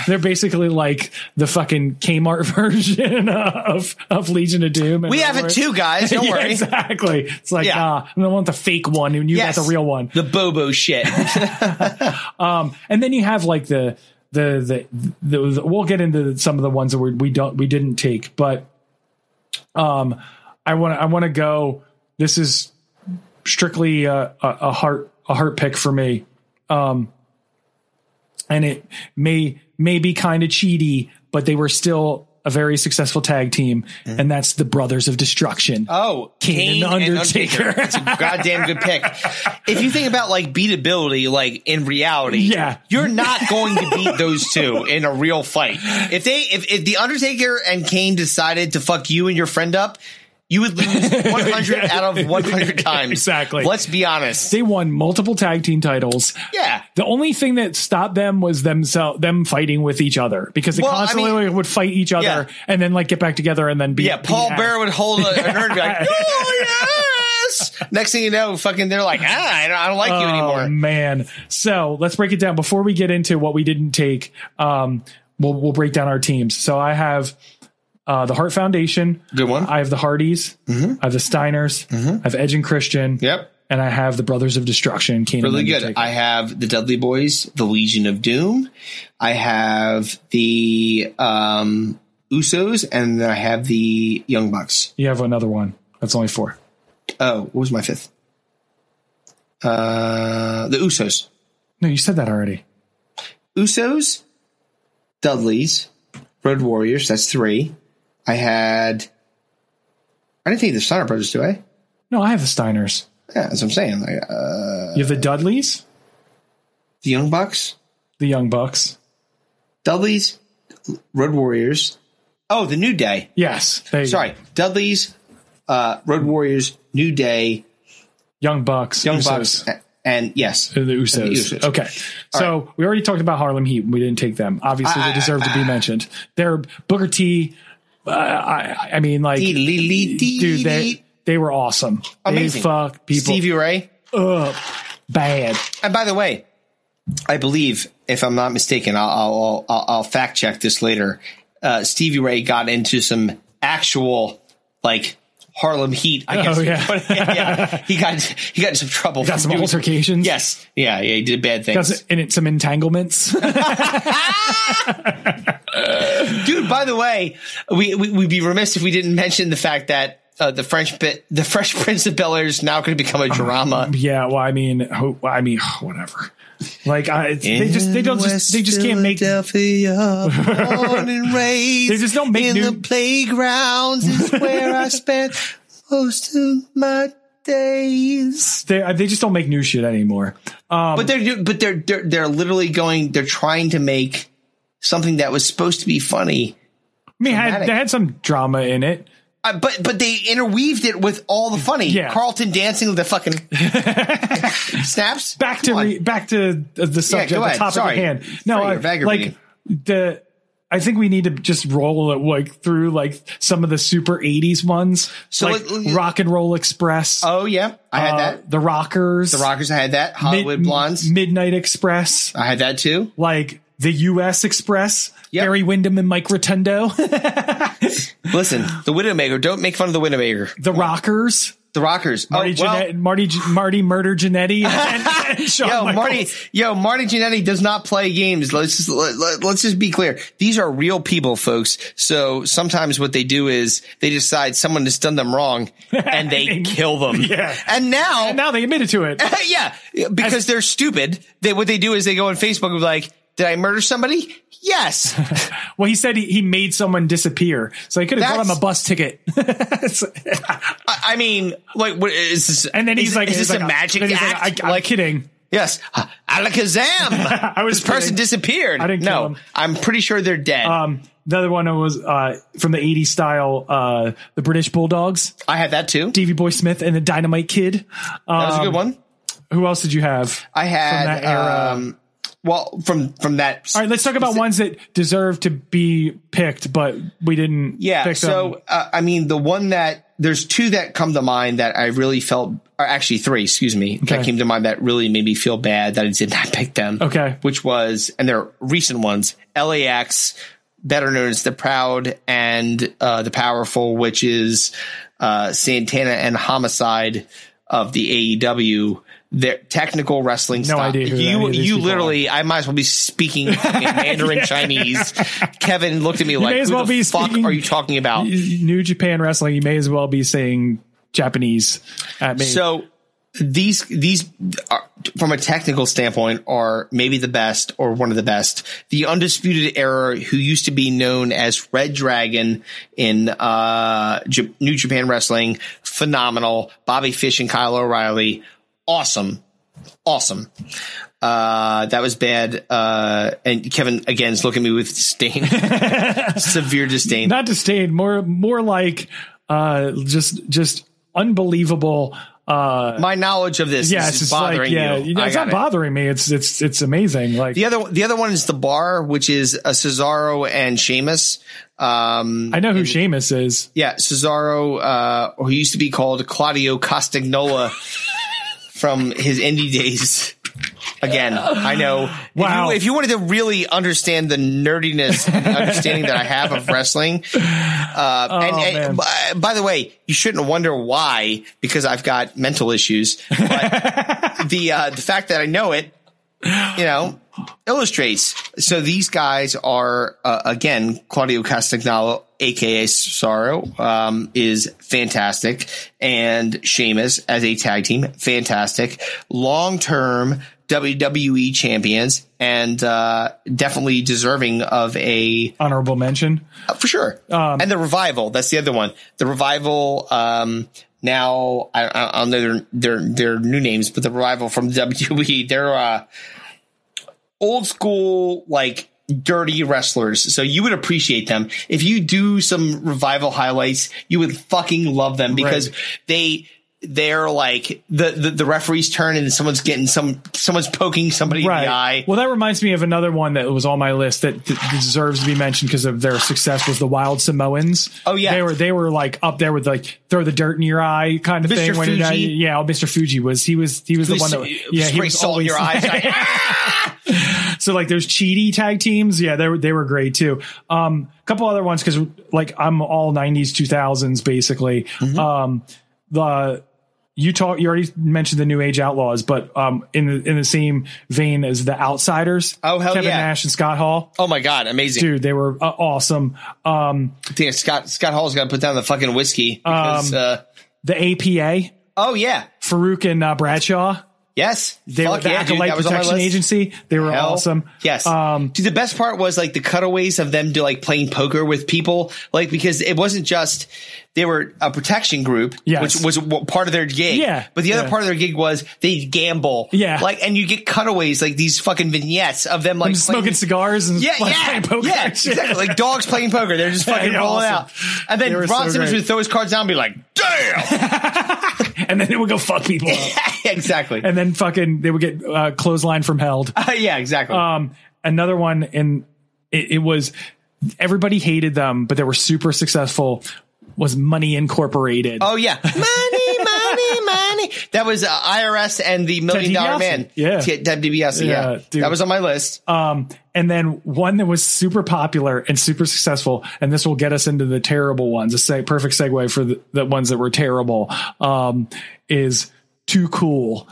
S5: They're basically like the fucking Kmart version of of Legion of Doom. and
S4: We
S5: Road
S4: have it
S5: Warriors.
S4: too, guys. Don't
S5: Yeah,
S4: worry.
S5: Exactly. It's like,
S4: Yeah.
S5: ah, I want the fake one, and you
S4: Yes.
S5: got the real one.
S4: The Bobo shit.
S5: Um, and then you have like the the the, the, the we'll get into some of the ones that we we don't we didn't take, but um, I want to I want to go. This is strictly a, a, a heart a heart pick for me, um, and it may may be kind of cheaty, but they were still a very successful tag team, and that's the Brothers of Destruction.
S4: Oh,
S5: Kane and Undertaker.
S4: It's a goddamn good pick. If you think about like beatability, like in reality,
S5: Yeah.
S4: you're not going to beat those two in a real fight. If they, if, if the Undertaker and Kane decided to fuck you and your friend up, you would lose 100 out of 100 times.
S5: Exactly.
S4: Let's be honest.
S5: They won multiple tag team titles.
S4: Yeah.
S5: The only thing that stopped them was themselves them fighting with each other because they
S4: Well, I
S5: constantly would fight each other
S4: Yeah.
S5: and then like get back together and then be
S4: Yeah,
S5: be
S4: Paul
S5: at-
S4: Bear would hold a, a nerd and be like, oh, yes. Next thing you know, fucking, they're like, ah, I don't, I don't like you
S5: Oh
S4: anymore.
S5: man! So let's break it down before we get into what we didn't take. Um, we'll we'll break down our teams. So I have uh, the Hart Foundation.
S4: Good one. Mm-hmm.
S5: I have the Hardys. I have the Steiners. I have Edge and Christian.
S4: Yep.
S5: And I have the Brothers of Destruction. Kane
S4: really
S5: and
S4: good.
S5: Undertaker.
S4: I have the Dudley Boys, the Legion of Doom. I have the um, Usos, and then I have the Young Bucks.
S5: You have another one. That's only four.
S4: Oh, what was my fifth? Uh, the Usos,
S5: No, you said that already.
S4: Usos, Dudleys, Road Warriors. That's three. I had. I didn't think the Steiner Brothers, do I?
S5: No, I have the Steiners.
S4: Yeah, that's what I'm saying. Like, uh,
S5: You have the Dudleys,
S4: the Young Bucks,
S5: the Young Bucks.
S4: Dudleys, Road Warriors. Oh, the New Day.
S5: Yes. They,
S4: sorry, Dudley's, uh, Road Warriors, New Day,
S5: Young Bucks.
S4: Young
S5: Usos,
S4: Bucks, a- and yes,
S5: and The Usos.
S4: and the Usos.
S5: Okay. so we already talked about Harlem Heat. We didn't take them. Obviously,
S4: I-
S5: they deserve to be mentioned. They're Booker T. Uh, I, I mean, like, dude, they, they were awesome.
S4: Amazing.
S5: They fuck people
S4: Stevie Ray.
S5: up bad.
S4: And by the way, I believe, if I'm not mistaken, I'll I'll, I'll, I'll fact check this later. Uh, Stevie Ray got into some actual like Harlem Heat. I guess.
S5: Oh, yeah.
S4: yeah. He got he got in some trouble.
S5: Got
S4: for
S5: some
S4: doing-
S5: altercations.
S4: Yes. Yeah. Yeah. He did bad
S5: Got
S4: things.
S5: s- in it some entanglements.
S4: Dude, by the way, we, we we'd be remiss if we didn't mention the fact that uh, the French bit, the Fresh Prince of Bel Air is now going to become a drama.
S5: yeah, well, I mean, ho- well, I mean, whatever. Like I, it's- they just they don't just they just can't make.
S4: Born and raised
S5: They just don't make
S4: in
S5: new-
S4: the playgrounds is where I spent most of my days.
S5: uh, They they just don't make new shit anymore. Um,
S4: but they're do- but they're, they're they're literally going. They're trying to make something that was supposed to be funny.
S5: I mean, had,
S4: dramatic.
S5: they had some drama in it.
S4: Uh, but but they interweaved it with all the funny.
S5: Yeah.
S4: Carlton dancing with the fucking snaps.
S5: back to
S4: Come on.
S5: re, back to uh, the subject,
S4: go
S5: the
S4: ahead.
S5: topic
S4: Sorry.
S5: at hand. No,
S4: Sorry,
S5: I,
S4: you're aggravating.
S5: like the. I think we need to just roll it like through like some of the super '80s ones,
S4: So
S5: like
S4: let- let-
S5: Rock and Roll Express.
S4: Oh yeah, I had
S5: uh,
S4: that.
S5: The Rockers,
S4: The Rockers, I had that. Hollywood
S5: Mid-
S4: Blondes,
S5: Midnight Express,
S4: I had that too.
S5: like the U.S. Express, Barry Windham and Mike Rotundo,
S4: Listen, the Widowmaker. Don't make fun of the Widowmaker.
S5: the Rockers,
S4: The Rockers.
S5: Marty,
S4: oh well.
S5: Jannetty- Marty, G- Marty Murder Janetti, and, and Shawn
S4: Yo,
S5: Michaels.
S4: Marty. Yo, Marty Jannetty does not play games. Let's just let, us just be clear. These are real people, folks. So sometimes what they do is they decide someone has done them wrong, and they kill them.
S5: Yeah.
S4: And now,
S5: And now they admitted to it.
S4: yeah, because they're stupid. They what they do is they go on Facebook and be like, "Did I murder somebody?" Yes.
S5: Well, he said he, he made someone disappear, so he could have got him
S4: That's-
S5: a bus ticket.
S4: I, I mean, like, what is this?
S5: and then he's
S4: is-
S5: like,
S4: "Is this
S5: he's
S4: a
S5: like, uh,
S4: magic
S5: then he's
S4: act?"
S5: Like, I, am kidding.
S4: yes, Ah, alakazam.
S5: I was
S4: this person
S5: kidding.
S4: disappeared.
S5: I didn't kill
S4: No,
S5: him.
S4: I'm pretty sure they're dead.
S5: Um, the other one was uh, from the '80s style, uh, the British Bulldogs,
S4: I had that too.
S5: Davy Boy Smith and the Dynamite Kid. Um,
S4: That was a good one.
S5: Who else did you have?
S4: I had
S5: from that era.
S4: Um, well, from from that.
S5: All right, let's talk about ones that deserve to be picked, but we didn't.
S4: Yeah.
S5: pick um, them.
S4: So, uh, I mean, the one that there's two that come to mind that I really felt, or actually three, excuse me,
S5: Okay.
S4: that came to mind that really made me feel bad that I did not pick them.
S5: Okay.
S4: Which was, and they're recent ones, LAX, better known as The Proud and uh, The Powerful, which is uh, Santana and Homicide of the AEW. Their technical wrestling
S5: No
S4: style.
S5: idea who any
S4: you
S5: of these
S4: you
S5: people are.
S4: literally, I might as well be speaking fucking Mandarin Chinese. Kevin looked at me like,
S5: may as
S4: "Who
S5: well
S4: the
S5: be
S4: fuck
S5: speaking-
S4: are you talking about?"
S5: New Japan Wrestling, you may as well be saying Japanese at me.
S4: So these these are, from a technical standpoint are maybe the best or one of the best. The undisputed era, who used to be known as Red Dragon in uh, J- New Japan Wrestling, phenomenal. Bobby Fish and Kyle O'Reilly, awesome, awesome. Uh, that was bad. Uh, and Kevin again is looking at me with disdain, severe disdain.
S5: not disdain more more like uh just just unbelievable uh
S4: My knowledge of this,
S5: yeah
S4: this
S5: it's
S4: is
S5: just
S4: bothering
S5: like yeah
S4: you.
S5: you know,
S4: I
S5: it's
S4: got it.
S5: not bothering me it's it's it's amazing like
S4: The other the other one is the bar, which is uh, Cesaro and Sheamus. Um,
S5: i know who Seamus is
S4: yeah, Cesaro, uh, or he used to be called Claudio Castagnola from his indie days. Again, I know. If you-
S5: Wow.
S4: If you, wanted to really understand the nerdiness and understanding that I have of wrestling, uh, and,
S5: man.
S4: and by, by the way, you shouldn't wonder why, because I've got mental issues. But the uh, the fact that I know it, you know, illustrates. So these guys are uh, again Claudio Castagnolo, aka Sorrow, um, is fantastic, and Sheamus as a tag team, fantastic, long term WWE E champions, and uh, definitely deserving of a
S5: honorable mention
S4: uh, for sure.
S5: Um,
S4: and the revival, that's the other one. The revival. Um, now I, I I don't know their, their their new names, but the revival from WWE, they're uh, old school like dirty wrestlers. So you would appreciate them if you do some revival highlights. You would fucking love them because they. They're like the, the the referee's turn and someone's getting some someone's poking somebody in the eye.
S5: Well, that reminds me of another one that was on my list that th- deserves to be mentioned because of their success was the Wild Samoans.
S4: Oh, yeah.
S5: they were they were like up there with like throw the dirt in your eye kind of
S4: Mr.
S5: thing. When you're not-
S4: Fuji.
S5: yeah, oh, Mr. Fuji was he was he was the one that yeah he
S4: spray
S5: was
S4: salt in your
S5: always-
S4: eyes.
S5: So like there's cheaty tag teams. Yeah, they were they were great too. Um, a couple other ones because like I'm all 90s 2000s basically. Mm-hmm. Um, the you talk you already mentioned the new age outlaws but um, in the in the same vein as the outsiders
S4: oh hell
S5: kevin
S4: yeah.
S5: nash and scott hall
S4: oh my god amazing
S5: dude they were uh, awesome um
S4: Damn, scott scott hall's gonna put down the fucking whiskey because, um, uh,
S5: the apa
S4: oh yeah
S5: farouk and uh, bradshaw
S4: Yes,
S5: they Fuck were the yeah, Acolyte dude, Protection Agency. They were Hell. awesome.
S4: Yes, um, dude, the best part was like the cutaways of them to like playing poker with people, like because it wasn't just they were a protection group,
S5: yes.
S4: which was part of their gig.
S5: Yeah,
S4: but the other
S5: yeah.
S4: part of their gig was they gamble.
S5: Yeah,
S4: like and you get cutaways like these fucking vignettes of them like
S5: them smoking playing, cigars and
S4: yeah,
S5: like,
S4: yeah,
S5: playing poker.
S4: Yeah, exactly. like dogs playing poker. They're just fucking yeah, rolling awesome. out, and then Ron so Simmons would throw his cards down and be like, "Damn."
S5: and then it would go fuck people
S4: exactly.
S5: And then fucking they would get uh, clothesline from hell.
S4: Uh, yeah, exactly.
S5: Um, another one, and it, it, was everybody hated them, but they were super successful. Was Money Incorporated?
S4: Oh yeah, money, money, money. That was uh, IRS and the Million Dollar Man.
S5: Yeah,
S4: Ted DiBiase. Yeah, yeah. that was on my list.
S5: Um, and then one that was super popular and super successful, and this will get us into the terrible ones. A se- perfect segue for the, the ones that were terrible um, is too cool.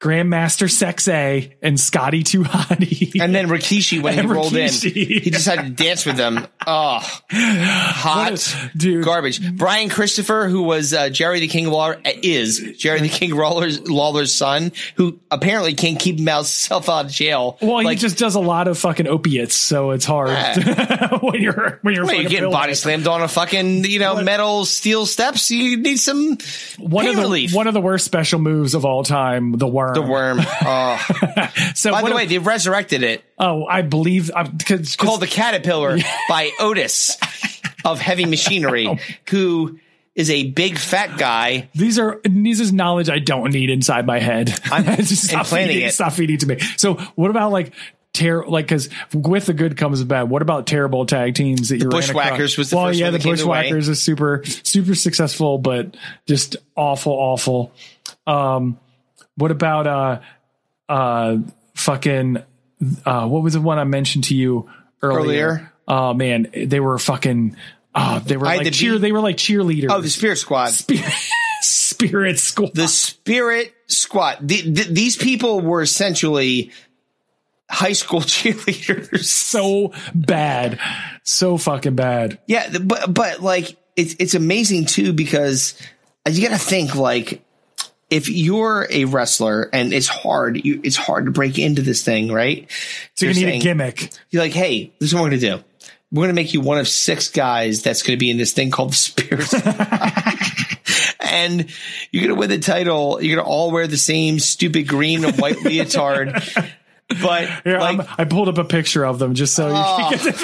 S5: Grandmaster Sex A and Scotty Too Hottie.
S4: And then Rikishi when and he rolled Rikishi. in. He decided to dance with them. Oh, hot a, dude. garbage. Brian Christopher, who was uh, Jerry the King Lawler, is Jerry the King Lawler's, Lawler's son, who apparently can't keep himself out of jail.
S5: Well, like, he just does a lot of fucking opiates, so it's hard uh, when you're when you're,
S4: Eh. well, you're getting body slammed on a fucking you know what, metal steel steps. You need some
S5: one of the relief. one of the worst special moves of all time. The worm.
S4: The worm. Oh. so by the way, if, they resurrected it.
S5: Oh, I believe um,
S4: cause, it's called the Caterpillar by Otis of Heavy Machinery, oh. who is a big fat guy.
S5: These are these is knowledge I don't need inside my head.
S4: I'm just stop
S5: feeding,
S4: it.
S5: Stop feeding to me. So what about like terrible like because with the good comes the bad what about terrible tag teams that
S4: the
S5: you
S4: bushwhackers was the
S5: well
S4: first
S5: yeah
S4: one
S5: the bushwhackers is super super successful but just awful awful um what about uh uh fucking uh what was the one I mentioned to you earlier? earlier? Oh man, they were fucking uh they were I like cheer they were like cheerleaders.
S4: Oh, the Spirit Squad.
S5: Spirit, Spirit Squad.
S4: The Spirit Squad. The, the, these people were essentially high school cheerleaders.
S5: so bad. So fucking bad.
S4: Yeah, but but like it's it's amazing too because you got to think like if you're a wrestler and it's hard, you, it's hard to break into this thing, right?
S5: So you need saying, a gimmick.
S4: You're like, hey, this is what we're gonna do. We're gonna make you one of six guys that's gonna be in this thing called the Spirit. and you're gonna win the title. You're gonna all wear the same stupid green and white leotard. But
S5: Here, like, I pulled up a picture of them just so oh, you can get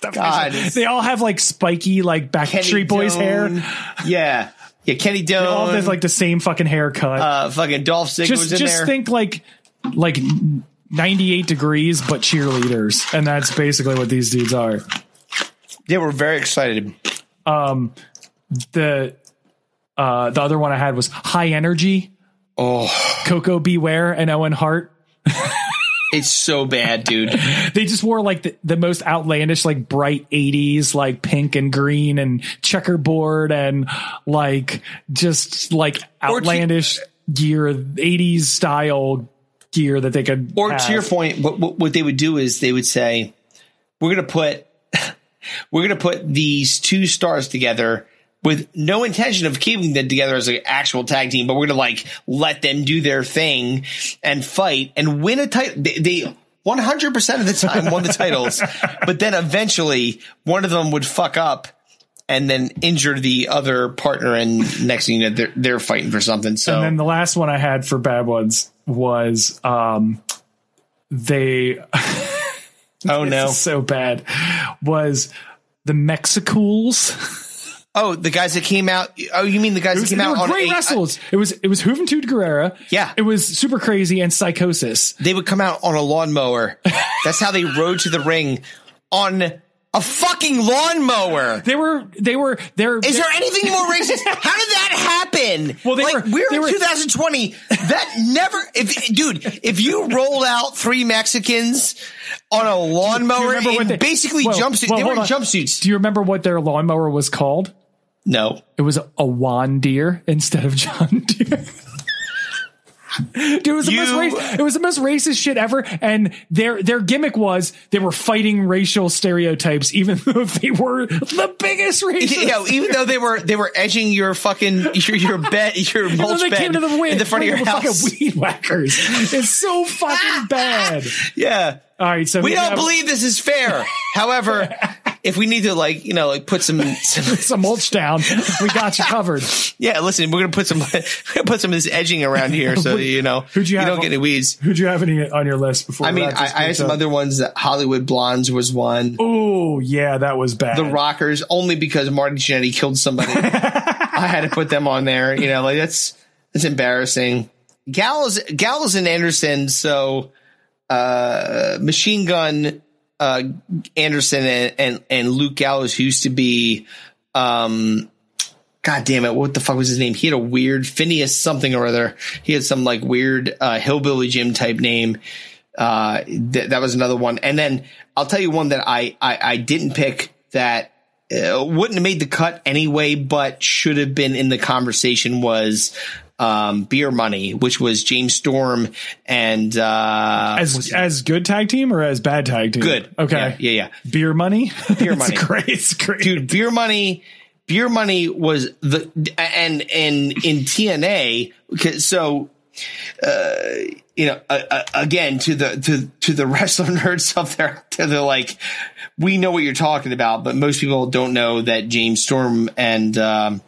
S5: the, God, They all have like spiky, like Backstreet Boys hair.
S4: Yeah. Yeah, Kenny Doan.
S5: All this like the same fucking haircut.
S4: Uh, fucking Dolph Ziggler
S5: just,
S4: was in
S5: just
S4: there.
S5: think like like ninety eight degrees, but cheerleaders, and that's basically what these dudes are.
S4: They were very excited.
S5: Um, the uh the other one I had was High Energy.
S4: Oh,
S5: Coco Beware and Owen Hart.
S4: It's so bad, dude.
S5: they just wore like the, the, most outlandish, like bright 80s, like pink and green and checkerboard and like just like outlandish to, gear, 80s style gear that they could.
S4: Or
S5: have.
S4: to your point, what, what they would do is they would say, we're going to put, we're going to put these two stars together with no intention of keeping them together as an actual tag team, but we're gonna like let them do their thing and fight and win a title. They, they, 100% of the time won the titles, but then eventually one of them would fuck up and then injure the other partner. And next thing you know, they're, they're fighting for something. So,
S5: and then the last one I had for bad ones was, um, they,
S4: oh no,
S5: so bad was the Mexicools.
S4: Oh, the guys that came out. Oh, you mean the guys that
S5: was,
S4: came out
S5: were
S4: on
S5: great
S4: eight,
S5: wrestlers. it was it was Juventud Guerrera.
S4: Yeah,
S5: it was super crazy and psychosis.
S4: They would come out on a lawnmower. That's how they rode to the ring on A fucking lawnmower.
S5: They were. They were. They're.
S4: Is there anything more racist? How did that happen?
S5: Well, they
S4: like,
S5: were-
S4: We're
S5: they
S4: in
S5: were-
S4: 2020. That never. If dude, if you roll out three Mexicans on a lawnmower
S5: remember
S4: in
S5: what they-
S4: basically
S5: Well,
S4: jumpsuits,
S5: well,
S4: they were in
S5: hold on.
S4: jumpsuits.
S5: Do you remember what their lawnmower was called?
S4: No.
S5: It was a Juan Deere instead of John Deere. Dude, it was, the most
S4: You-
S5: racist, it was the most racist shit ever. And their their gimmick was they were fighting racial stereotypes, even though they were the biggest racist.
S4: You know, even though they were they were edging your fucking your your bed your
S5: And then
S4: mulch
S5: they
S4: bed
S5: came to the wind,
S4: in the front of your house.
S5: Fucking weed whackers. It's so fucking bad.
S4: Yeah.
S5: All right, so
S4: we
S5: maybe
S4: don't
S5: I-
S4: believe this is fair. However, if we need to like you know like put some, some
S5: some mulch down, we got you covered.
S4: yeah, listen, we're gonna put some we're gonna put some of this edging around here so that, you know
S5: Who'd you have
S4: don't
S5: on-
S4: get any weeds.
S5: Who'd you have any on your list before?
S4: I
S5: we
S4: mean,
S5: wrap this
S4: I, I had
S5: bitch
S4: some
S5: up?
S4: other ones that Hollywood Blondes was one.
S5: Oh yeah, that was bad.
S4: The Rockers only because Marty Jannetty killed somebody. I had to put them on there. You know, like that's that's embarrassing. Gallows, Gallows and Anderson. So, uh, Machine Gun uh, Anderson and, and and Luke Gallows who used to be, um, God damn it, what the fuck was his name? He had a weird Phineas something or other. He had some like weird uh, hillbilly Jim type name. Uh, th- that was another one. And then I'll tell you one that I I, I didn't pick that uh, wouldn't have made the cut anyway, but should have been in the conversation was um, beer money, which was James Storm and uh,
S5: as as good tag team or as bad tag team?
S4: good.
S5: Okay.
S4: yeah, yeah. yeah.
S5: Beer money.
S4: Beer
S5: It's
S4: money.
S5: great. It's great.
S4: dude beer money beer money was the and and in tna 'cause- so uh you know uh, uh, again to the to to the wrestler nerds up there to the like we know what you're talking about but most people don't know that james storm and um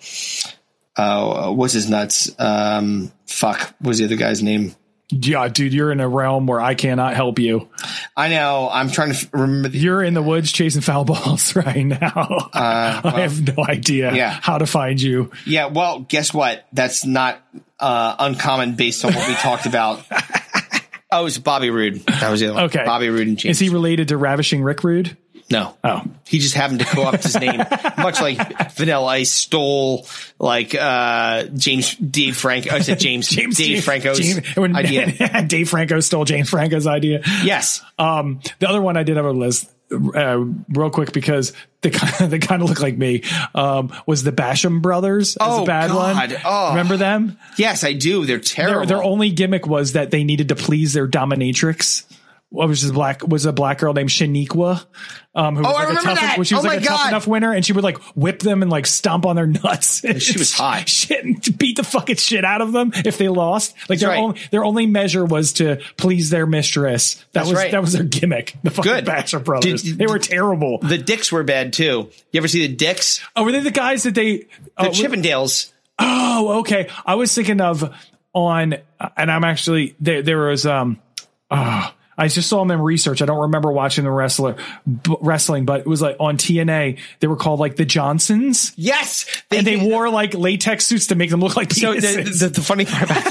S4: uh what's his nuts um fuck what was the other guy's name
S5: Yeah, dude, you're in a realm where I cannot help you.
S4: i know i'm trying to f- remember the
S5: You're in the woods chasing foul balls right now. I have no idea
S4: Uh, yeah.
S5: how to find you.
S4: Yeah, well, guess what? That's not uh, uncommon based on what we talked about. Oh, it's Bobby Roode. That was the other one.
S5: Okay.
S4: Bobby Roode and James.
S5: Is he related to Ravishing Rick Rude?
S4: no.
S5: Oh.
S4: He just happened to co-opt his name, much like Vanilla Ice stole like uh, James D. Franco. I said James, James Dave Franco's
S5: James- when
S4: idea.
S5: Dave Franco stole James Franco's idea.
S4: yes.
S5: Um, the other one I did have on the list uh, real quick because they kind of, they kind of look like me. Um, was the Basham brothers? As
S4: Oh,
S5: a bad
S4: God.
S5: one.
S4: Oh.
S5: Remember them?
S4: Yes, I do. They're
S5: Their,
S4: terrible.
S5: their only gimmick was that they needed to please their dominatrix. What was this black was a black girl named Shaniqua, um, who was
S4: Oh, I
S5: like a
S4: remember
S5: tough,
S4: that.
S5: well, she was
S4: Oh
S5: like
S4: my
S5: a tough
S4: God.
S5: enough winner, and she would like whip them and like stomp on their nuts.
S4: she was hot.
S5: shit, and beat the fucking shit out of them if they lost. Like their
S4: right.
S5: only their only measure was to please their mistress. That
S4: That's
S5: was
S4: right.
S5: that was their gimmick. The fucking
S4: Good.
S5: Bachelor Brothers,
S4: Did-
S5: they were terrible.
S4: the Dicks were bad too. You ever see the Dicks?
S5: oh, were they the guys that they?
S4: The
S5: uh,
S4: Chippendales.
S5: Oh, okay. I was thinking of on, and I'm actually there. There was um, ah, I just saw them in research. I don't remember watching the wrestler b- wrestling, but it was like on TNA. They were called like the Johnsons,
S4: Yes,
S5: and they wore like latex suits to make them look like
S4: So the,
S5: penises.
S4: the, the funny part about the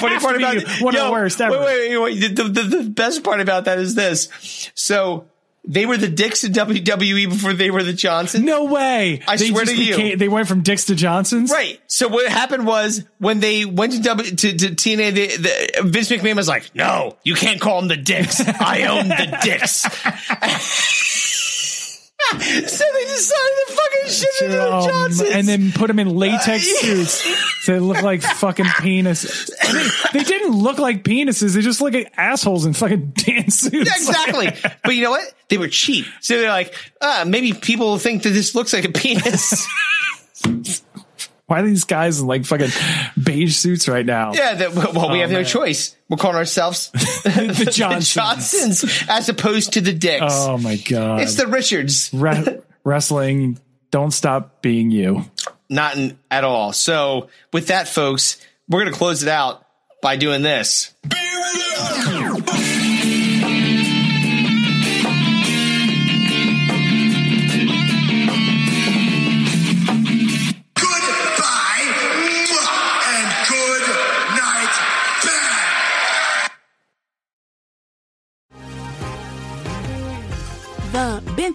S4: funny
S5: have
S4: part
S5: to be
S4: about
S5: one of the worst ever.
S4: Wait, wait, wait, wait. The, the, the best part about that is this. So they were the dicks in WWE before they were the Johnson.
S5: no way!
S4: I
S5: they
S4: swear
S5: just
S4: to you.
S5: became- they went from dicks to Johnsons.
S4: Right. So what happened was when they went to w, to, to TNA, they, the, Vince McMahon was like, "No, you can't call them the dicks. I own the dicks." so they decided to fucking shit into the
S5: Um,
S4: Johnsons.
S5: and then put them in latex
S4: Uh, yeah.
S5: suits so they look like fucking penis. I mean, they didn't look like penises. They just look like assholes in fucking dance suits.
S4: Yeah, exactly. but you know what? They were cheap. So they're like, uh, maybe people think that this looks like a penis.
S5: Why are these guys in like fucking beige suits right now?
S4: yeah, that, well, we
S5: Oh,
S4: have no
S5: man.
S4: choice. We're calling ourselves the,
S5: Johnsons.
S4: Johnsons as opposed to the Dicks.
S5: Oh my god.
S4: it's the Richards.
S5: Re- wrestling. Don't stop being you.
S4: Not in, at all. So with that, folks, we're going to close it out by doing this.
S2: Goodbye mwah, and good night, bad.
S7: the been